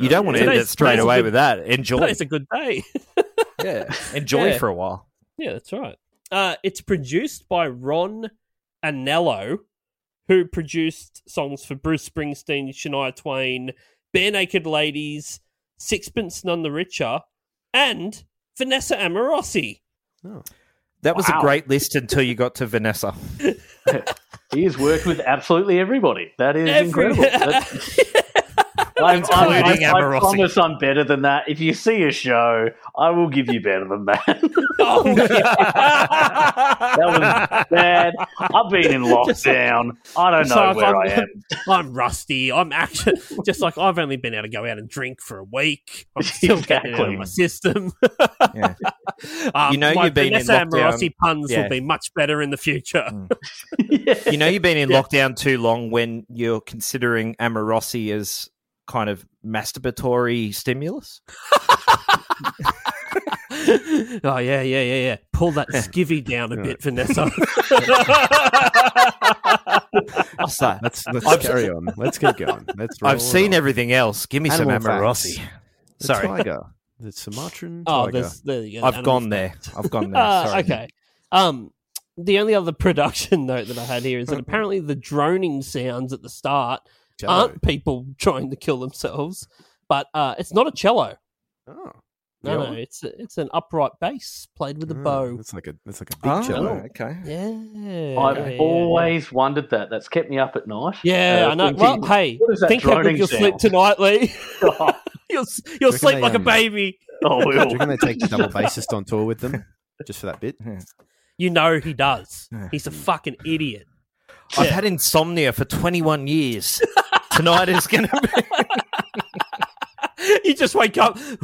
E: You don't want to end
C: Today's-
E: it straight
C: today's a
E: away
C: good-
E: with that. Enjoy.
C: today's a good day."
D: yeah.
E: Enjoy
C: Yeah.
E: for a while.
C: Yeah, that's right. Uh, it's produced by Ron Anello, who produced songs for Bruce Springsteen, Shania Twain, Bare Naked Ladies, Sixpence None the Richer, and Vanessa Amorosi.
E: That was
F: Wow.
E: a great list until you got to Vanessa.
F: He has worked with absolutely everybody. That is incredible. That's- I, I, I,
E: Including
F: I
E: Amorosi.
F: promise I'm better than that. If you see a show, I will give you better than that.
C: Oh,
F: that was bad. I've been in lockdown. I don't know
C: Sorry,
F: where I
C: I'm-
F: am.
C: I'm rusty. I'm actually just like I've only been able to go out and drink for a week. I'm still getting it out
F: Exactly.
C: of my system.
E: Yeah.
C: Um,
E: You know
C: my
E: you've been in
C: Vanessa
E: lockdown.
C: Amorosi puns
E: Yeah.
C: will be much better in the future.
E: You know, you've been in lockdown too long when you're considering Amorosi as kind of masturbatory stimulus.
C: oh yeah, yeah, yeah, yeah. Pull that skivvy down a bit, Vanessa.
E: So,
D: Let's let's
E: I've-
D: carry on. Let's keep going. Let's roll
E: I've seen
D: on.
E: everything else. Give me some
D: Animal
E: Amorosi.
D: facts. The
E: Sorry.
D: tiger. The Sumatran
C: oh,
D: tiger.
C: there's, there you go.
E: I've
C: Animal
E: gone
C: stuff.
E: there. I've gone there.
C: Uh,
E: Sorry.
C: okay. Um, the only other production note that I had here is
E: Mm.
C: that apparently the droning sounds at the start
D: Jello.
C: aren't people trying to kill themselves, but uh, it's not a cello.
D: Oh.
C: No,
D: Yeah.
C: no, it's a, it's an upright bass played with a
D: Oh,
F: Mm,
C: bow.
D: That's like a that's like a big
E: Oh,
D: cello.
E: okay.
C: Yeah,
F: I've
C: yeah, yeah,
F: always wondered that. That's kept me up at night.
C: Yeah,
F: Uh,
C: I know.
F: thinking,
C: well, hey,
F: what is that
C: think how good
F: droning
C: you'll sleep
F: sound?
C: tonight, Lee. you'll s- you'll
D: Reckon
C: sleep
D: they,
C: like a
D: um,
C: baby.
F: oh,
D: Do you
F: well.
D: reckon they take the double bassist on tour with them? Just for that bit?
C: You know he does. He's a fucking idiot.
E: I've had insomnia for 21 years. Tonight is going to be.
C: you just wake up.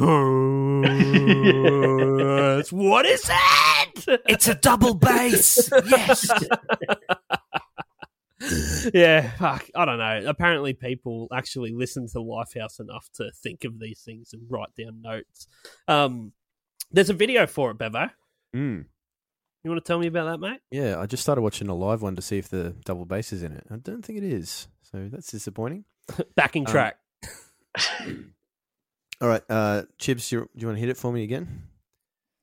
C: what is that?
E: It's a double bass. Yes.
C: yeah, fuck. I don't know. Apparently, people actually listen to Lifehouse enough to think of these things and write down notes. Um, there's a video for it, Bevo.
D: Mm.
C: You want to tell me about that, mate?
D: Yeah, I just started watching a live one to see if the double bass is in it. I don't think it is. So that's disappointing.
C: Backing
D: Um,
C: track.
D: All right, uh Chibs, you, do you want to hit it for me again?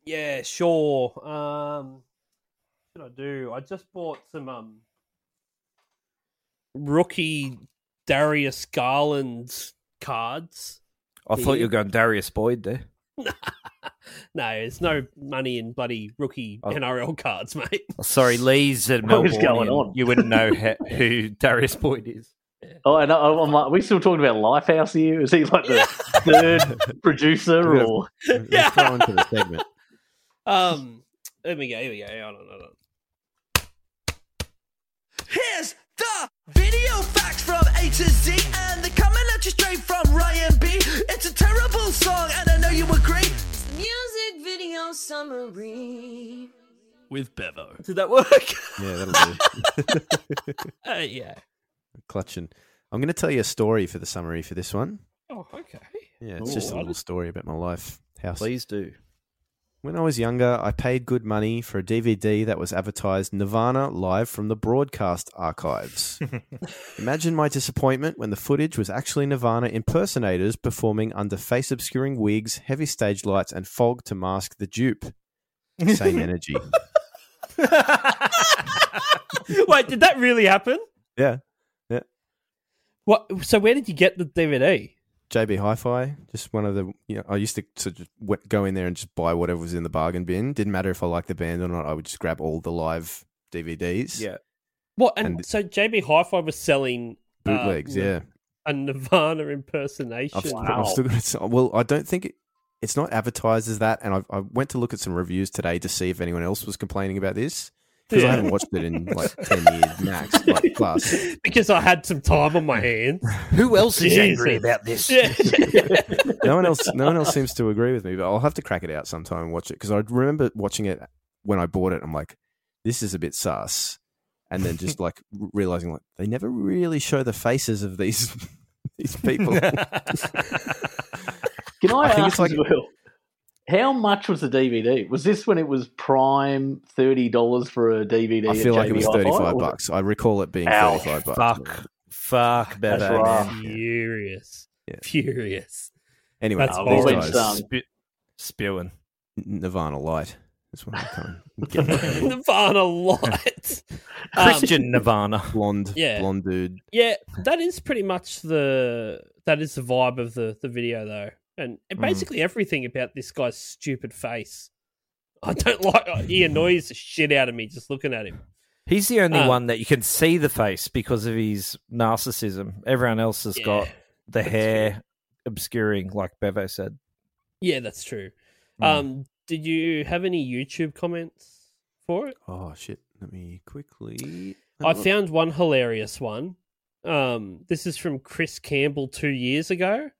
C: yeah, sure. Um, what did I do? I just bought some um rookie Darius Garland cards.
E: I thought you were going Darius Boyd there.
C: No, there's no money in bloody rookie
E: Oh.
C: NRL cards, mate.
E: Oh, sorry, Lee's at
F: What
E: Melbourne.
F: is going
E: and
F: on?
E: You wouldn't know he- who Darius Boyd is.
F: Oh, and I, I'm like, are we still talking about Lifehouse here? Is he like the third producer
D: Yeah.
F: or?
D: Let's
C: Yeah.
D: throw into the segment.
C: Um, there we go. Here we go. Hold on, hold on.
A: Here's the video facts from A to Z, and they're coming at you straight from Ryan B. It's a terrible song, and I know you agree.
K: Music video summary.
B: with Bevo.
C: Did that work?
D: Yeah, that'll do.
C: uh, yeah.
D: Clutching. I'm gonna tell you a story for the summary for this one.
C: Oh, okay.
D: Yeah, it's just a little story about my life. House.
E: Please do.
D: When I was younger, I paid good money for a DVD that was advertised Nirvana live from the broadcast archives. Imagine my disappointment when the footage was actually Nirvana impersonators performing under face obscuring wigs, heavy stage lights, and fog to mask the dupe. Same energy.
C: Wait, did that really happen?
D: Yeah. Yeah.
C: What? So where did you get the DVD?
D: JB Hi-Fi, just one of the. You know, I used to sort of w- go in there and just buy whatever was in the bargain bin. Didn't matter if I liked the band or not. I would just grab all the live DVDs.
E: Yeah.
C: What? And,
D: And-
C: so JB Hi-Fi was selling uh,
D: bootlegs.
C: Nir-
D: yeah.
C: a Nirvana impersonation.
D: I've, st- I've still got it. Well, I don't think it, it's not advertised as that. And I, I went to look at some reviews today to see if anyone else was complaining about this because I
C: Yeah.
D: haven't watched it in like ten years max, like plus.
C: because I had some time on my hands.
E: Who else is angry
C: Jesus.
E: about this?
C: yeah.
D: No one else, no one else seems to agree with me. But I'll have to crack it out sometime and watch it because I remember watching it when I bought it. I'm like, this is a bit sus, and then just like realizing like they never really show the faces of these these people.
F: Can I,
D: I think
F: ask
D: it's like-
F: as well? How much was the DVD? Was this when it was prime thirty dollars for a DVD?
D: I feel
F: at
D: like it was
F: JB Hi-Fi,
D: thirty-five
F: or-
D: bucks. I recall it being
F: Oh. Ow,
D: thirty-five bucks.
E: Fuck. Fuck,
C: That's
E: Bebe.
F: rough.
C: Furious.
D: Yeah.
C: Furious.
D: Anyway,
C: That's
D: these
F: always
D: guys,
F: done.
E: Spe- spewing.
D: Nirvana Light. That's what I'm coming. Get it.
C: Nirvana light. Um,
E: Christian Nirvana.
D: blonde,
C: Yeah.
D: blonde dude.
C: yeah, that is pretty much the that is the vibe of the the video though, and,
E: Mm.
C: and basically everything about this guy's stupid face. I don't like. He annoys the shit out of me just looking at him.
E: He's the only
C: Uh,
E: one that you can see the face because of his narcissism. Everyone else has
C: Yeah,
E: got the hair obscuring, like Bevo said.
C: Yeah, that's true.
E: Mm.
C: Um, did you have any YouTube comments for it?
D: Oh shit! Let me quickly.
C: I
F: Uh-huh.
C: found one hilarious one. Um, this is from Chris Campbell two years ago.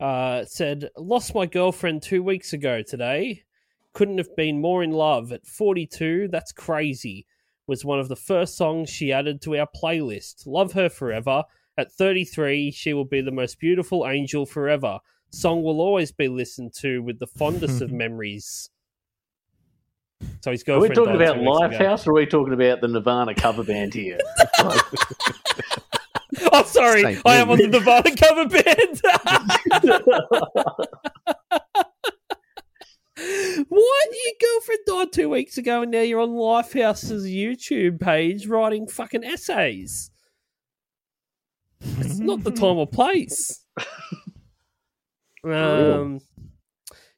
C: Uh, it said, Lost my girlfriend two weeks ago today. Couldn't have been more in love at 42. That's crazy. Was one of the first songs she added to our playlist. Love her forever. At 33, she will be the most beautiful angel forever. Song will always be listened to with the fondest of memories. So his
F: Are we
C: girlfriend.
F: talking
C: died
F: about
C: two weeks ago.
F: Lifehouse, or are we talking about the Nirvana cover band here?
C: I'm Oh, sorry,
D: Saint
C: I am on the Nirvana cover band. what? Your girlfriend died two weeks ago, and now you're on Lifehouse's YouTube page writing fucking essays. It's not the time or place. Um,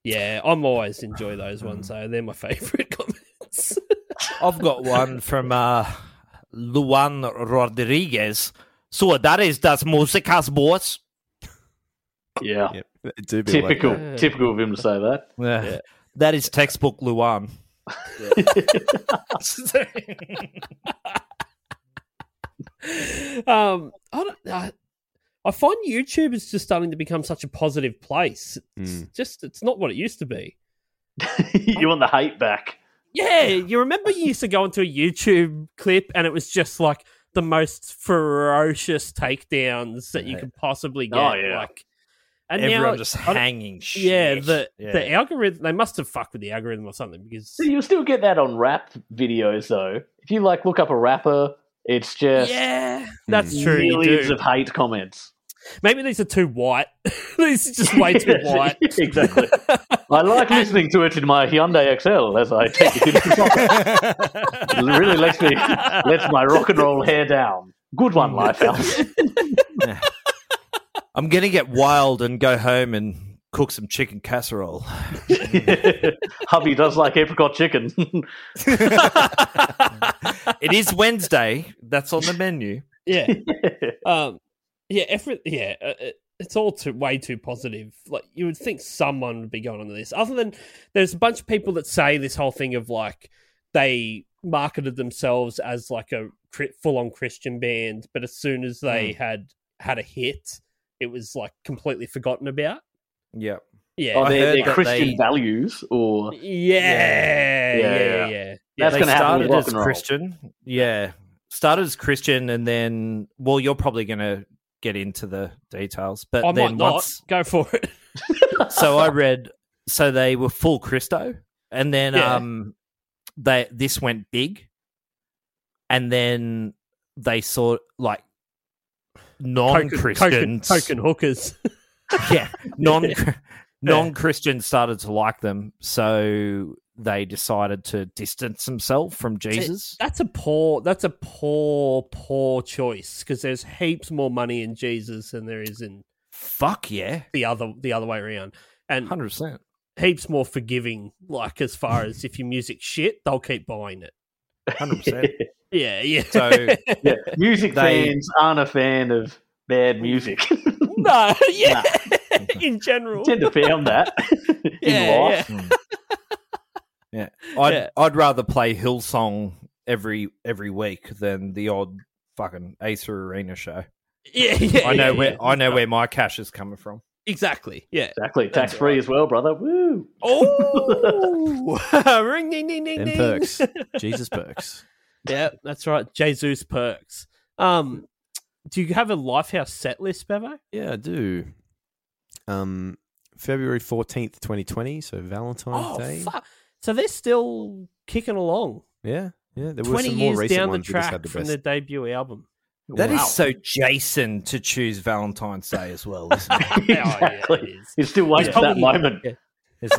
C: yeah, I'm always enjoy those ones, though. They're my favourite comments.
E: I've got one from uh, Luan Rodriguez. So that is das Musikas Boss.
F: yeah,
D: Yep. It do be like
F: typical,
D: that.
C: that.
F: typical of him to say that.
E: Yeah. That is textbook Luan.
C: um, I don't. I, I find YouTube is just starting to become such a positive place. It's
E: Hmm.
D: Hmm.
C: just, it's not what it used to be.
F: you want the hate back?
C: Yeah, you remember you used to go into a YouTube clip and it was just like the most ferocious takedowns that you could possibly get.
F: Oh, yeah.
C: Like, and
E: Everyone
C: now,
E: just
C: I don't-
E: hanging shit.
C: yeah, the the
E: Yeah.
C: algorithm. They must have fucked with the algorithm or something because
F: So you'll still get that on rap videos, though. If you like look up a rapper, it's just
C: yeah,
E: Hmm.
C: that's true. you
F: millions
C: do.
F: of hate comments.
C: Maybe these are too white. these are just way too
F: Yes,
C: white.
F: exactly. I like listening to it in my Hyundai XL as I take it into the pocket. it really lets me lets my rock and roll hair down. Good one, Lifehouse.
E: I'm going to get wild and go home and cook some chicken casserole.
F: Hubby does like apricot chicken.
E: it is Wednesday. That's on the menu.
C: Yeah. um. Yeah. Every. Yeah. uh, uh, It's all too way too positive. Like you would think someone would be going on this. Other than there's a bunch of people that say this whole thing of like they marketed themselves as like a full on Christian band, but as soon as
E: Hmm.
C: they had had a hit, it was like completely forgotten about.
E: Yeah.
C: Yeah.
F: Are
E: heard
F: there
E: that
F: their Christian
E: they-
F: values
E: Oh,
F: or
C: yeah, yeah.
F: Yeah,
C: Yeah.
F: yeah.
C: Yeah.
F: That's
E: they
F: gonna happen
E: started
F: with rock
E: as
F: and roll.
E: Christian. Yeah, started as Christian, and then well, you're probably going to get into the details, but
C: I might
E: then
C: not
E: once,
C: go for it.
E: so I read, so they were full Christo, and then
C: Yeah.
E: um, they this went big, and then they saw like non
C: Token, token,
E: Christians,
C: token hookers.
E: yeah, non non Christians started to like them, so they decided to distance themselves from Jesus.
C: That's a poor. That's a poor, poor choice because there's heaps more money in Jesus than there is in
E: Fuck yeah,
C: the other the other way around, and
E: hundred percent.
C: heaps more forgiving. Like as far as if your music shit, they'll keep buying it.
E: hundred percent.
C: Yeah, yeah.
E: So
F: yeah, music
E: They-
F: fans aren't a fan of bad music.
C: no, yeah. in general,
F: tend to found that in
C: Yeah,
F: life.
E: yeah, I'd
C: Yeah.
E: I'd rather play Hillsong every every week than the odd fucking Acer Arena show.
C: yeah, yeah.
E: I know
C: yeah,
E: where
C: yeah.
E: I know where my cash is coming from.
C: exactly. Yeah.
F: Exactly, tax free as well, brother. Woo!
C: Oh, ring ding ding ding
D: Them
C: ding.
D: perks. Jesus perks.
C: Yeah, that's right. Jesus perks. Um, do you have a Lifehouse set list, Bevo?
D: Yeah, I do. Um, February 14th, 2020, so Valentine's
C: Oh,
D: Day.
C: fuck. So they're still kicking along.
D: Yeah, yeah. There were
C: 20
D: some more
C: years
D: recent
C: down the
D: ones that just had
C: track
D: the
C: from
D: best.
C: their debut album.
E: That is
C: Wow.
E: so Jason to choose Valentine's Day as well, isn't it?
F: exactly. He's still waiting
E: He's
F: for that
E: probably-
F: moment.
E: It's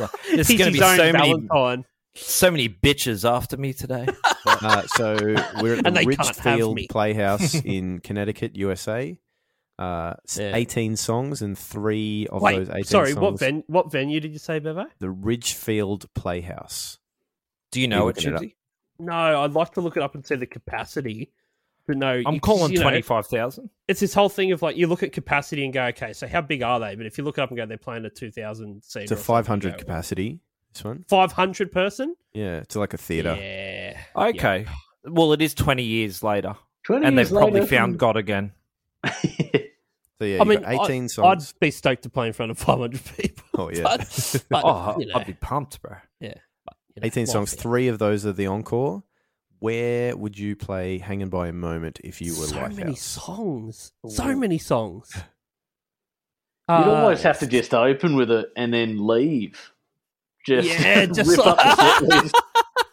E: like, there's
C: He's
E: going to be
C: his own
E: so
C: Valentine.
E: many, so many bitches after me today.
D: Uh, so we're at
E: And
D: the
E: they can't have
D: Richfield
E: me.
D: Playhouse in Connecticut, USA. Uh, s- 18 songs and three of
C: Wait,
D: those 18
C: sorry,
D: songs.
C: what ven- what venue did you say, Bevo?
D: The Ridgefield Playhouse.
E: Do you
D: know it, Chimsy?
C: No, I'd like to look it up and see the capacity. But no,
G: I'm
C: you-
G: calling
C: you know,
G: twenty five thousand.
C: It's this whole thing of like you look at capacity and go, okay, so how big are they? But if you look it up and go, they're playing a two thousand seat.
D: It's a 500 capacity, this one.
C: Five hundred person.
D: Yeah, it's like a theatre.
C: Yeah.
E: Okay. Well, it is 20 years later.
F: 20
E: and
F: years
E: they've probably
F: later.
E: found God again.
D: So yeah,
C: I
D: you've
C: mean,
D: got 18
C: I,
D: songs.
C: I'd be stoked to play in front of five hundred people.
D: Oh, yeah.
C: But, but,
E: oh,
C: you know,
E: I'd be pumped, bro.
C: yeah.
D: 18 songs, three of those are the encore. Where would you play Hanging by a Moment if you were
C: so
D: Lifehouse?
C: many songs. So many songs.
F: You'd
C: Uh,
F: almost have to just open with it and then leave. Just
C: Yeah, just
F: rip up
C: like-
F: the set list,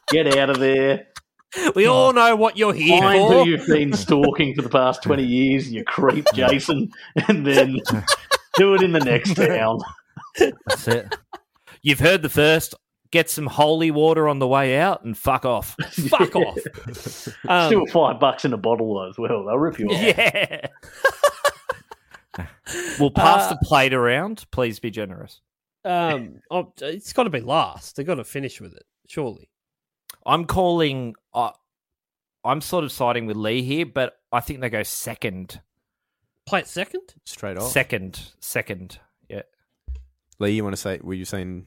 F: get out of there.
C: Uh, We all know what you're here
F: Find
C: for.
F: who you've been stalking for the past twenty years, you creep, Jason, and then do it in the next town.
E: That's it. You've heard the first. Get some holy water on the way out and fuck off.
C: Fuck off. Um,
F: Still five bucks in a bottle though, as well. They'll rip you off.
E: Yeah. we'll pass
C: Uh,
E: the plate around. Please be generous.
C: um, oh, it's got to be last. They've got to finish with it, surely.
E: I'm calling. Uh, I'm sort of siding with Lee here, but I think they go second.
C: Play it second.
D: Straight off.
E: Second. Second. Yeah.
D: Lee, you want to say, were you saying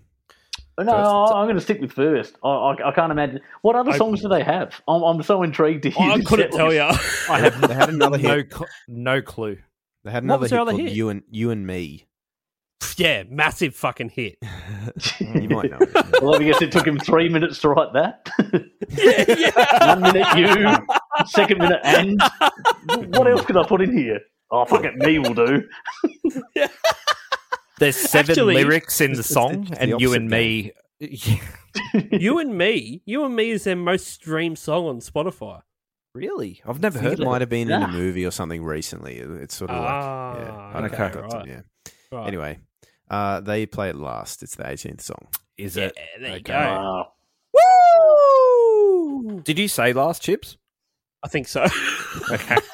F: No, I I'm going to stick with first. I, I, I can't imagine. What other songs do they have? I'm, I'm so intrigued to hear.
C: I
F: the
C: couldn't
F: set
C: tell
F: list.
C: you.
E: I have
D: they had another
E: no,
D: hit?
E: cl- no clue.
D: They had
C: What
D: another
C: was
D: hit
C: their other
D: called
C: hit?
D: You and You and Me.
C: yeah, massive fucking hit.
D: You might know. it.
F: Well, I guess it took him three minutes to write that.
C: yeah, yeah.
F: One minute you, second minute and. What else could I put in here? Oh, fuck it, me will do.
E: There's seven
C: Actually-
E: lyrics in the song,
D: it's the
E: and you
D: opposite
E: and me.
C: you and me. You and me is their most streamed song on Spotify.
E: really? I've never
D: I think
E: heard
D: it
E: of it.
D: might have been in a
F: Yeah.
D: movie or something recently. It- It's sort of like yeah,
C: Ah,
D: I don't know
C: okay,
D: if I've got
C: right.
D: it, yeah.
C: Right.
D: Anyway, uh, they play it last. It's the 18th song.
E: Is
C: yeah,
E: it?
C: there you
E: Okay.
C: go.
F: Ah,
C: Woo!
E: Did you say last chips?
C: I think so.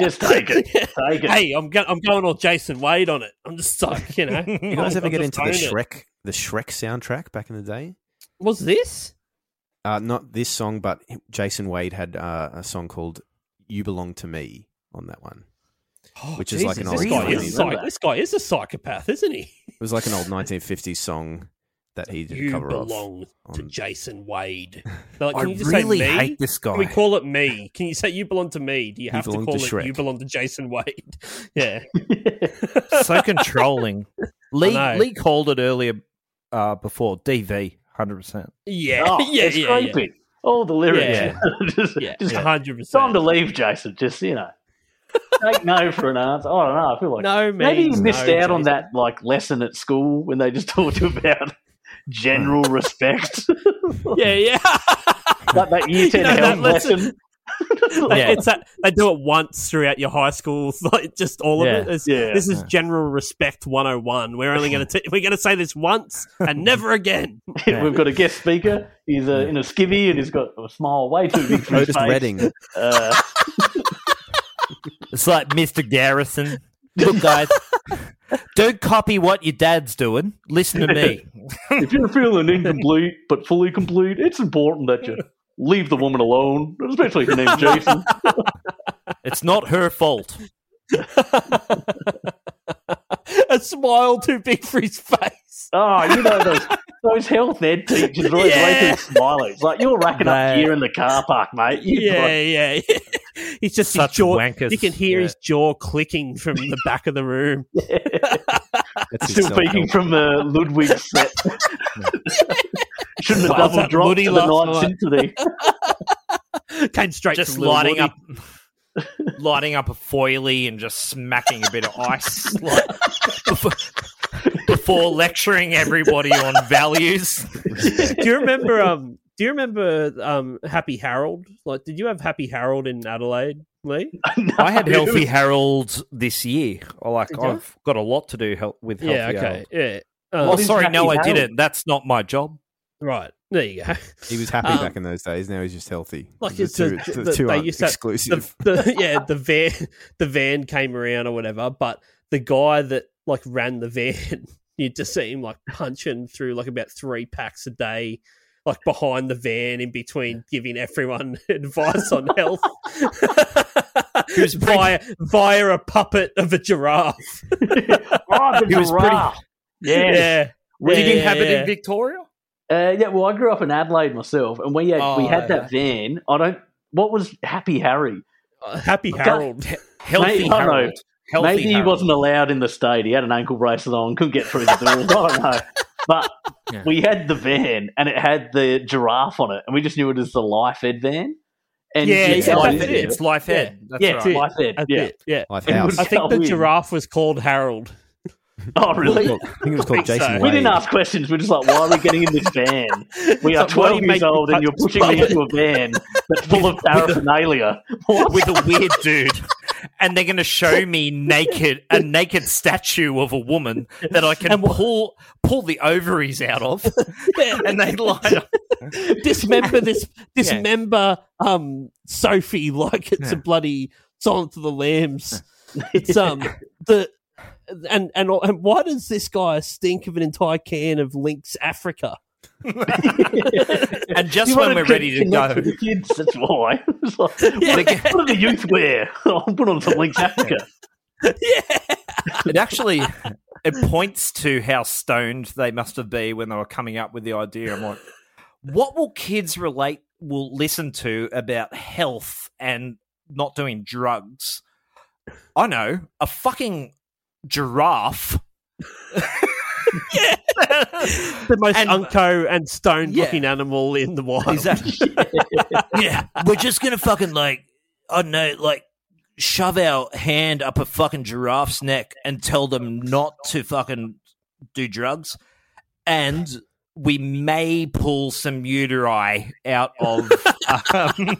F: just take it. Take it.
C: hey, I'm go- I'm going all Jason Wade on it. I'm just like, you know.
D: You guys ever
C: I'll
D: get
C: just
D: into the
C: own it.
D: Shrek the Shrek soundtrack back in the day?
C: Was this?
D: Uh, not this song, but Jason Wade had uh, a song called "You Belong to Me" on that one. Which is like an
C: Oh, Jesus, this
D: old
C: guy,
D: Really?
C: is psych- this guy is a psychopath, isn't he?
D: It was like an old 1950s song that he did a
C: You
D: cover of.
C: belong to
D: on-
C: Jason Wade. They're like,
E: Hmm. I
C: can you just
E: really
C: say me?
E: hate this guy.
C: Can we call it me? Can you say you belong to me? Do you
D: You
C: have to
D: belong to
C: call it
D: Shrek.
C: you belong to Jason Wade? Yeah.
E: so controlling. Lee
C: I know.
E: Lee called it earlier uh, before DV hundred percent.
C: Yeah.
F: Oh,
C: yeah,
F: it's
C: yeah, yeah.
F: creepy. All the lyrics.
C: Yeah.
F: just,
C: Yeah,
F: just-
C: hundred
F: Time
C: percent.
F: to leave, Jason. Just, you know. Take no for an answer. I don't know. I feel like
C: No,
F: maybe you
C: means
F: missed
C: no,
F: out on
C: Jason.
F: that like lesson at school when they just taught you about general respect.
C: Yeah, yeah.
F: like that year
C: You
F: 10
C: know, that
F: health
C: lesson-
F: lesson.
C: Like,
E: Yeah.
C: It's that they do it once throughout your high school, like just all
E: Yeah.
C: of it. It's-
F: Yeah.
C: This is general respect 101. We're only going to we're going to say this once and never again.
F: We've got a guest speaker. He's uh, in a skivvy and he's got a smile way too big for his
D: Otis
F: face.
D: Redding.
F: Uh,
E: It's like Mr. Garrison. Look, guys, don't copy what your dad's doing. Listen to me.
F: if you're feeling incomplete but fully complete, it's important that you leave the woman alone, especially if your name's Jason.
E: It's not her fault.
C: a smile too big for his face.
F: Oh, you know those those health ed teachers are always way
C: Yeah.
F: too smiley. It's like you're racking up
E: Mate.
F: gear in the car park, mate. You
C: Yeah, yeah. yeah. He's just
E: Such
C: his jaw.
E: wankers.
C: You can hear
E: Yeah.
C: his jaw clicking from the back of the room.
D: That's his
F: still
D: self-help.
F: speaking from the Ludwig set. Shouldn't have
C: Wow,
F: double
C: that
F: dropped
C: Woody
F: to the
C: last
F: Ninth
C: night.
F: Symphony.
C: Came straight
E: Just
C: from Lil
E: lighting
C: Woody.
E: up, lighting up a foily and just smacking a bit of ice. Like, before, before lecturing everybody on values.
C: do you remember? Um, do you remember um, Happy Harold? Like, did you have Happy Harold in Adelaide, Lee?
G: I had Healthy Harold this year. I Like
C: Did ya?
G: I've got a lot to do hel- with Healthy
C: Yeah. Okay.
G: Harold.
C: Yeah.
G: Oh, sorry, no, I
C: Harold?
G: didn't. That's not my job.
C: Uh, Right. There you go.
D: He was happy
C: Um,
D: back in those days. Now he's just healthy.
C: Like
D: the
C: it's
D: two,
C: a,
D: the
C: the-
D: two
C: they
D: aren't
C: used to-
D: exclusive.
C: The, the, yeah, the van, the van came around or whatever, but the guy that like ran the van, you'd just see him like punching through like about three packs a day, like behind the van in between giving everyone advice on health. Who's via via a puppet of a giraffe?
F: oh, the
E: He was pretty-
F: giraffe.
C: Yeah, yeah.
F: Well,
C: yeah,
F: did you
C: yeah,
F: have it in
C: yeah.
G: Victoria?
F: Uh, yeah, well, I grew up in Adelaide myself, and we had, we
G: Oh,
F: had that van. I don't. What was Happy Harry?
C: Happy
F: can't-
C: Harold?
E: Healthy
F: Mate, I don't know.
E: Harold. Healthy
F: Maybe he
E: Harold.
F: wasn't allowed in the state. He had an ankle bracelet on, couldn't get through the door. I don't know. But
E: Yeah.
F: we had the van, and it had the giraffe on it, and we just knew it as the Life Ed van. And
C: Yeah,
F: you
C: it's
F: go
C: Life
F: in
C: Ed.
F: there-
E: It's life
C: Yeah.
E: ed. That's
F: yeah,
E: right.
C: it.
F: Life Ed.
C: That's
F: Yeah,
C: it. Yeah,
D: Life
F: It
D: house.
F: was-
C: I think the
F: Go in.
C: giraffe was called Harold.
F: Oh, really?
D: I think it was called
C: think
D: Jason
C: so.
D: Wade.
F: We didn't ask questions. We're just like, why are we getting in this van? We are
C: It's like, why do you
F: 12 years
C: make me
F: old and
C: touch
F: you're
C: this
F: pushing me into a van that's full of paraphernalia. What?
E: with a weird dude, and they're going to show me naked a naked statue of a woman that I can pull pull the ovaries out of, and they line up.
C: dismember this dismember um Sophie like it's a bloody Silence of the Lambs. It's um the and, and and why does this guy stink of an entire can of Lynx Africa?
E: And
F: You
E: just when
F: wanted
E: we're
F: to
E: ready to go,
F: connect with the kids, that's why. It's like, what, what do the youth wear? I'll put on some Links Africa.
E: it actually
G: It points to how stoned they must have been when they were coming up with the idea. I'm like,
E: what will kids relate will listen to about health and not doing drugs? I know a fucking giraffe.
C: The most
E: And-
C: unco and stoned
E: Yeah.
C: looking animal in the wild.
E: Exactly. yeah, we're just gonna fucking like I don't know, like shove our hand up a fucking giraffe's neck and tell them not to fucking do drugs, and we may pull some uteri out of um,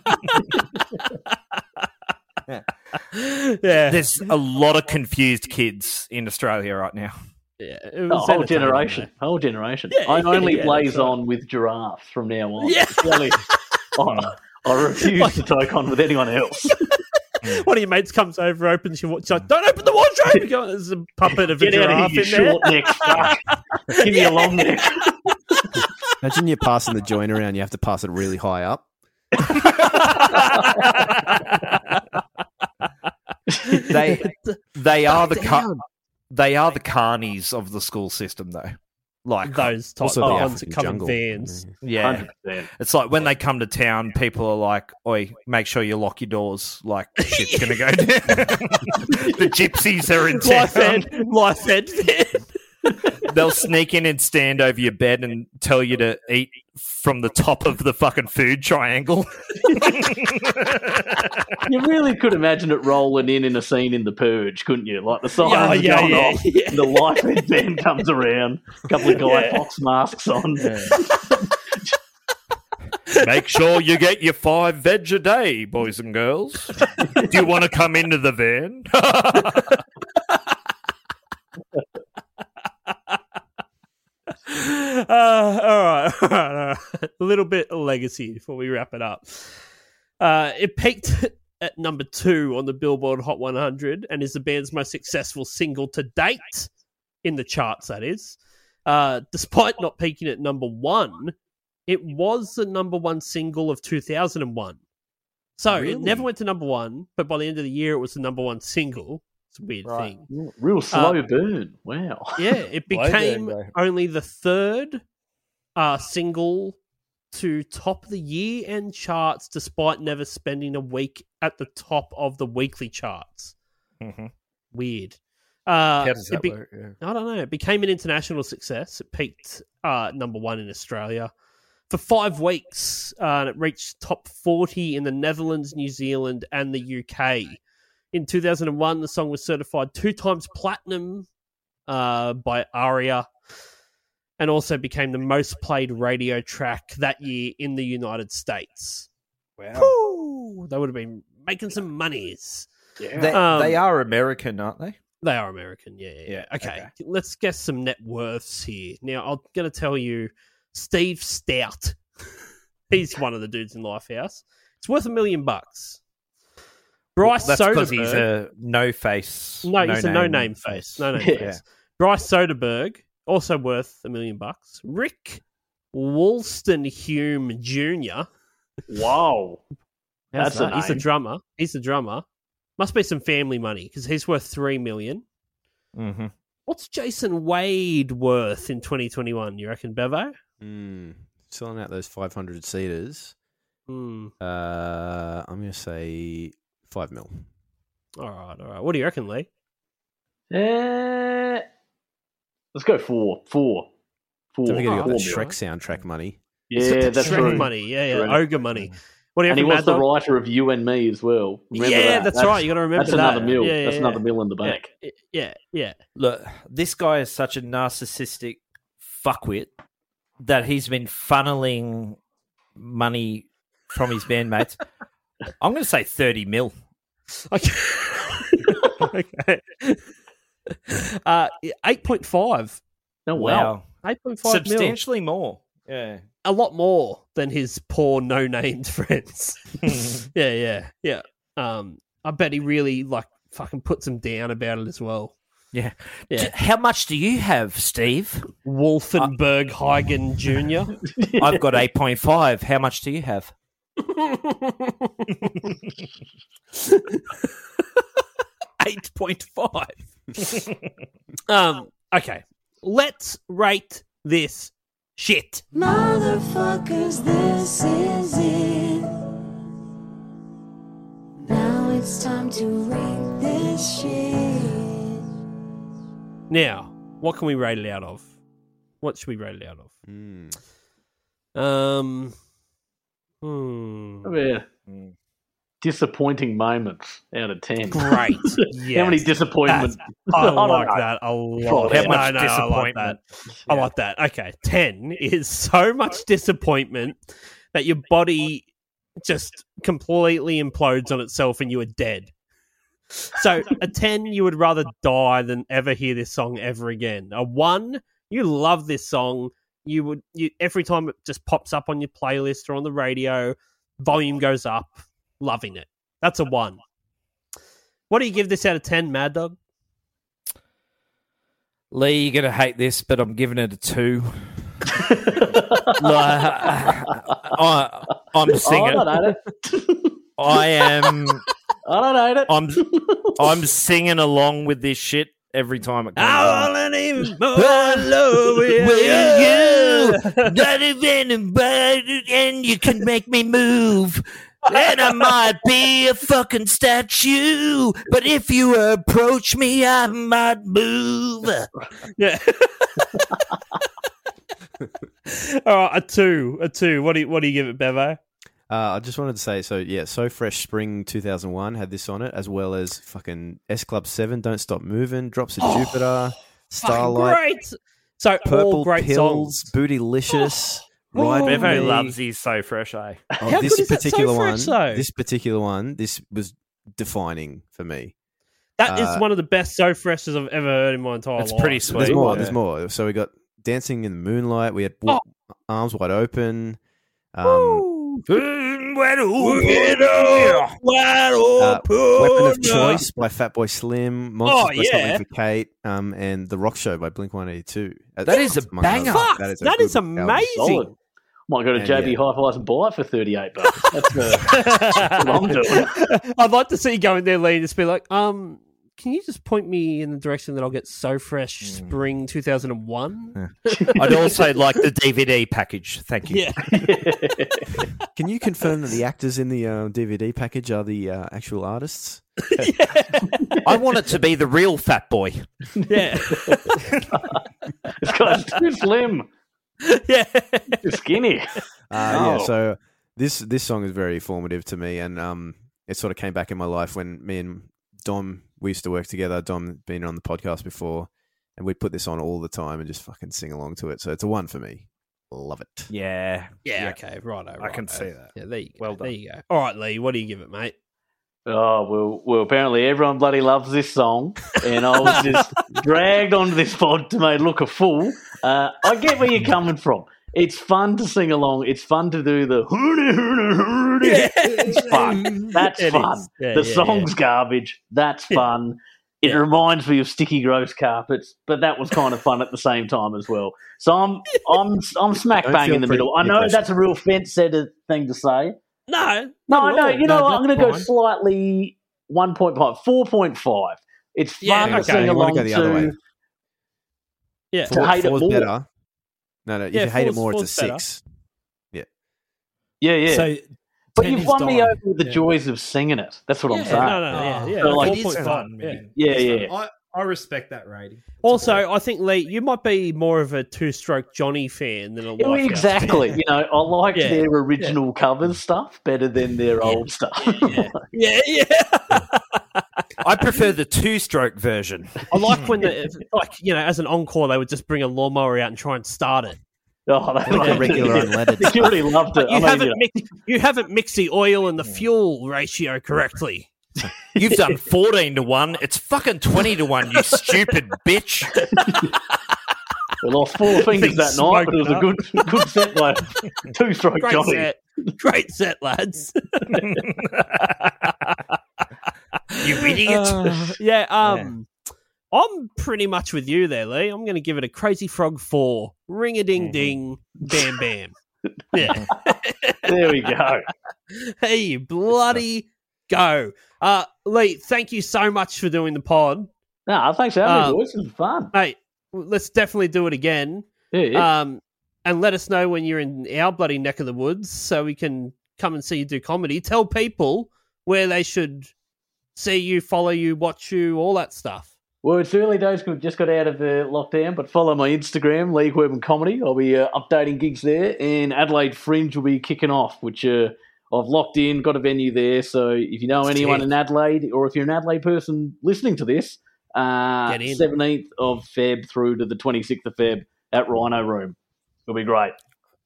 C: Yeah.
E: there's a lot of confused kids in australia right now
C: yeah. It
F: A
C: was
F: whole
C: entertaining,
F: generation. Whole generation.
C: Yeah,
F: I only
C: yeah,
F: blaze
C: that's right.
F: on with giraffes from now on.
C: Yeah.
F: It's Really, I, I refuse to take on with anyone else.
C: mate. One of your mates comes over, opens your watch, like, don't open the wardrobe. You go, There's a puppet of a
F: Get out
C: giraffe
F: of here, you
C: in there.
F: short neck fuck. Give me a long neck.
D: Imagine you're passing the joint around. You have to pass it really high up.
G: they they are the car-
C: Down.
G: they are the carnies of the school system though. Like
C: Those types
D: Also,
C: of
D: the
C: ones
D: African
C: that come
D: jungle.
C: in vans.
G: yeah,
F: 100%. Yeah.
G: It's like when they come to town, people are like, "Oi, make sure you lock your doors. Like shit's gonna go down. the gypsies are in
C: Life
G: town.
C: Ed, Life Ed van.
G: They'll sneak in and stand over your bed and tell you to eat from the top of the fucking food triangle.
F: You really could imagine it rolling in in a scene in The Purge, couldn't you? Like the signs
C: Yeah,
F: are
C: yeah,
F: going
C: yeah,
F: off,
C: yeah.
F: and the life red van comes around, a couple of guy fox masks on.
G: Make sure you get your five veg a day, boys and girls. Do you want to come into the van?
C: Uh, all right, all right, all right. A little bit of legacy before we wrap it up. Uh, it peaked at number two on the Billboard Hot 100 and is the band's most successful single to date in the charts. That is, uh, despite not peaking at number one, it was the number one single of 2001. So it never went to number one, but by the end of the year, it was the number one single. It's a weird thing. Uh,
F: Real slow burn. Wow.
C: Yeah, it became only the third uh, single to top the year end charts despite never spending a week at the top of the weekly charts.
G: Mhm.
C: Weird. Uh,
G: How does
C: it
G: that
C: be-
G: work? Yeah.
C: I don't know. It became an international success. It peaked uh, number one in Australia for five weeks, uh, and it reached top 40 in the Netherlands, New Zealand, and the UK. In 2001, the song was certified two times platinum uh, by ARIA and also became the most played radio track that year in the United States. Whew, they would have been making some monies.
G: They,
C: Um,
G: they are American, aren't they?
C: They are American, yeah. yeah, yeah.
G: Yeah,
C: Okay. let's guess some net worths here. Now, I'm going to tell you Steve Stout. He's one of the dudes in Lifehouse. It's worth a million bucks. Bryce
G: That's
C: Soderbergh.
G: because he's a no face.
C: No, he's a no name face. No name
G: Yeah.
C: face. Bryce Soderberg, also worth a million bucks. Rick Wollston Hume Jr.
F: Wow.
C: How's
F: That's a
C: that? He's a
F: name.
C: drummer. He's a drummer. Must be some family money because he's worth three million.
G: Mm-hmm.
C: What's Jason Wade worth in 2021? You reckon, Bevo?
D: Mm, selling out those 500 seaters.
C: Hmm.
D: Uh, I'm going to say 5 mil.
C: All right, all right. What do you reckon, Lee?
F: Uh, let's go four. Four. Four.
D: Don't forget you got that
F: Four mil.
D: Shrek soundtrack money.
C: He's got
F: Yeah,
C: the
F: that's
C: Shrek
F: true.
C: money. Yeah, yeah.
F: Correct.
C: Ogre money. What do you
F: And he
C: reckon,
F: was
C: Mad
F: the
C: Dog?
F: writer of You and Me as well. Remember
C: Yeah,
F: that.
C: that's right, you gotta remember
F: that's
C: that.
F: another mill.
C: Yeah, yeah,
F: that's
C: yeah.
F: another mill in the bank.
C: Yeah, yeah, yeah.
E: Look, this guy is such a narcissistic fuckwit that he's been funneling money from his bandmates. I'm going to say 30 mil.
C: Okay. okay. Uh, eight point five.
F: Oh wow.
E: Wow.
C: Eight point five mil.
E: Substantially more. Yeah.
C: A lot more than his poor no-named friends. yeah, yeah, yeah. Um, I bet he really like fucking puts him down about it as well.
E: Yeah.
C: Yeah.
E: D- How much do you have, Steve?
F: Uh,
C: Wolfenberg Huygen Jr.
E: I've got 8.5. How much do you have?
C: Eight point five. um. Okay. Let's rate this shit.
K: Motherfuckers, this is it. Now it's time to rate this shit.
C: Now, what can we rate it out of? What should we rate it out of?
D: Mm.
C: Um. Hmm.
F: Oh, Yeah. Disappointing moments out of ten.
C: Great.
F: How many
C: Yes.
F: disappointments?
C: I
F: don't
C: like
F: know.
C: that a
F: God,
C: lot. No,
F: how
E: much
C: no, I like that.
E: disappointment.
C: I like that. Okay, ten is so much disappointment that your body just completely implodes on itself and you are dead. So a ten, you would rather die than ever hear this song ever again. A one, you love this song. You would you every time it just pops up on your playlist or on the radio, volume goes up, loving it. That's a one. What do you give this out of ten, Mad Dog?
E: Lee, you're going to hate this, but I'm giving it a two. Like, I,
C: Oh,
E: I'm
F: I
E: singing.
F: don't hate it.
E: I am.
F: I don't hate it.
E: I'm. I'm singing along with this shit every time it comes on.
C: I want even more love with you.
E: not even invited, and you can make me move. And I might be a fucking statue, but if you approach me, I might move.
C: Yeah. All right, a two, a two. What do you, what do you give it, Bevo?
D: Uh, I just wanted to say, so yeah, So Fresh Spring 2001 had this on it, as well as fucking S Club 7, Don't Stop Moving, Drops of Jupiter, Starlight,
C: Great. So Oh, all
D: Purple
C: great
D: Pills,
C: songs.
D: Bootylicious,
C: Oh.
D: Ride With
G: Bevo
D: Me.
G: loves his so fresh, eh?
D: Oh,
C: How
D: this
C: good is that So
D: particular
C: Fresh,
D: one,
C: though?
D: this particular one, this was defining for me.
C: That is
D: uh,
C: one of the best so freshes I've ever heard in my entire
E: That's
C: life.
E: pretty
D: There's
E: Sweet.
D: more.
E: Yeah.
D: There's more. So we got dancing in the moonlight. We had wa-
C: Oh.
D: arms wide open. Um, uh,
C: oh,
D: Weapon of choice by Fatboy Slim. Monsters by
C: yeah.
D: Something for Kate. Um, and the Rock Show by Blink One Eighty Two. Uh,
E: That is a banger.
C: Fuck, that
D: good
C: is
D: album.
F: Solid.
C: amazing.
F: Might go to
D: Yeah,
F: JB
D: yeah.
F: Hi-Fi and buy it for thirty-eight bucks. That's uh, I'm doing.
C: I'd like to see you go in there, Lee, and just be like, um, can you just point me in the direction that I'll get So Fresh Spring 2001?
E: I'd also like the DVD package. Thank you.
C: Yeah.
D: Can you confirm that the actors in the uh, DVD package are the uh, actual artists?
E: I want it to be the real fat boy.
C: Yeah.
F: This guy's too slim,
C: yeah.
F: too skinny.
D: Uh,
F: Oh.
D: Yeah. So this this song is very formative to me, and um, it sort of came back in my life when me and Dom we used to work together. Dom been on the podcast before, and we put this on all the time and just fucking sing along to it. So it's a one for me. Love it.
G: Yeah.
C: Yeah, okay, righto, righto.
G: I can see that.
C: Yeah, there you go.
G: Well
C: There
G: done.
C: you go. All right, Lee, what do you give it, mate?
F: Oh well, well. Apparently, everyone bloody loves this song, and I was just dragged onto this pod to make look a fool. Uh, I get where you're coming from. It's fun to sing along. It's fun to do the. It's fun. That's
C: It
F: fun.
C: is. Yeah,
F: the
C: yeah,
F: song's garbage. That's fun. It reminds me of sticky gross carpets, but that was kind of fun at the same time as well. So I'm I'm I'm smack
D: Don't
F: bang
D: feel
F: in the
D: pre-
F: middle. I know
D: impressed.
F: that's a real fence setter thing to say.
C: No.
F: No,
C: not at
F: no,
C: all.
F: you know what? I'm going to go
G: fine.
F: slightly 1.5, 4.5. It's fun
C: Yeah,
F: to
C: okay.
F: sing
D: You wanna
F: along
D: go the other way.
F: to.
C: Yeah.
F: To hate it
D: four's
F: more.
D: better. No, no. If
C: Yeah,
D: you hate it
C: four's-
D: more, it's a
C: four's better.
D: six.
F: Yeah, yeah.
E: So,
F: but
E: 10
F: you've
E: is
F: won me
E: dime.
F: over with the joys of singing it. That's what I'm
C: Yeah,
F: saying.
C: no, no, yeah, yeah.
F: So, Oh, like,
L: it is
C: 4.5,
L: fun,
C: yeah.
L: man.
F: Yeah,
L: It's
F: yeah.
L: fun. I, I respect that rating.
C: Also, I think Lee, you might be more of a two-stroke Johnny fan than a
F: Yeah, well,
C: Lifehouse
F: exactly. You know, I liked
C: Yeah,
F: their original cover stuff better than their old stuff. Yeah,
C: fan. Yeah, yeah.
E: I prefer the two-stroke version.
C: I like when the like you know, as an encore, they would just bring a lawnmower out and try and start it.
F: oh, they
D: Like
F: loved
D: a regular
F: it.
D: unleaded.
F: You already loved it.
C: You
F: I mean,
C: haven't
F: you know,
C: mixed, you haven't mixed the oil and the fuel ratio correctly.
E: You've done fourteen to one. It's fucking twenty to one. You stupid bitch.
F: we lost four fingers that night, but it was a
C: Smoked
F: good, good set by two stroke
C: Great
F: Johnny.
C: set, great set, lads.
E: You idiot.
C: Uh, yeah, um, I'm pretty much with you there, Lee. I'm going to give it a Crazy Frog four. Ring a ding ding, bam bam. yeah.
F: There we go.
C: Hey, you bloody go, uh, Lee. Thank you so much for doing the pod,
F: No, thanks for having
C: Um,
F: me, boys. This was fun.
C: mate. Let's definitely do it again.
F: Yeah, yeah.
C: Um, and let us know when you're in our bloody neck of the woods so we can come and see you do comedy. Tell people where they should see you, follow you, watch you, all that stuff.
F: Well, it's early days. 'cause We've just got out of the lockdown, but follow my Instagram, League Urban Comedy. I'll be uh, updating gigs there, and Adelaide Fringe will be kicking off, which uh, I've locked in, got a venue there. So if you know anyone in Adelaide, or if you're an Adelaide person listening to this, uh,
C: Get in.
F: 17th of Feb through to the 26th of Feb at Rhino Room. It'll be great.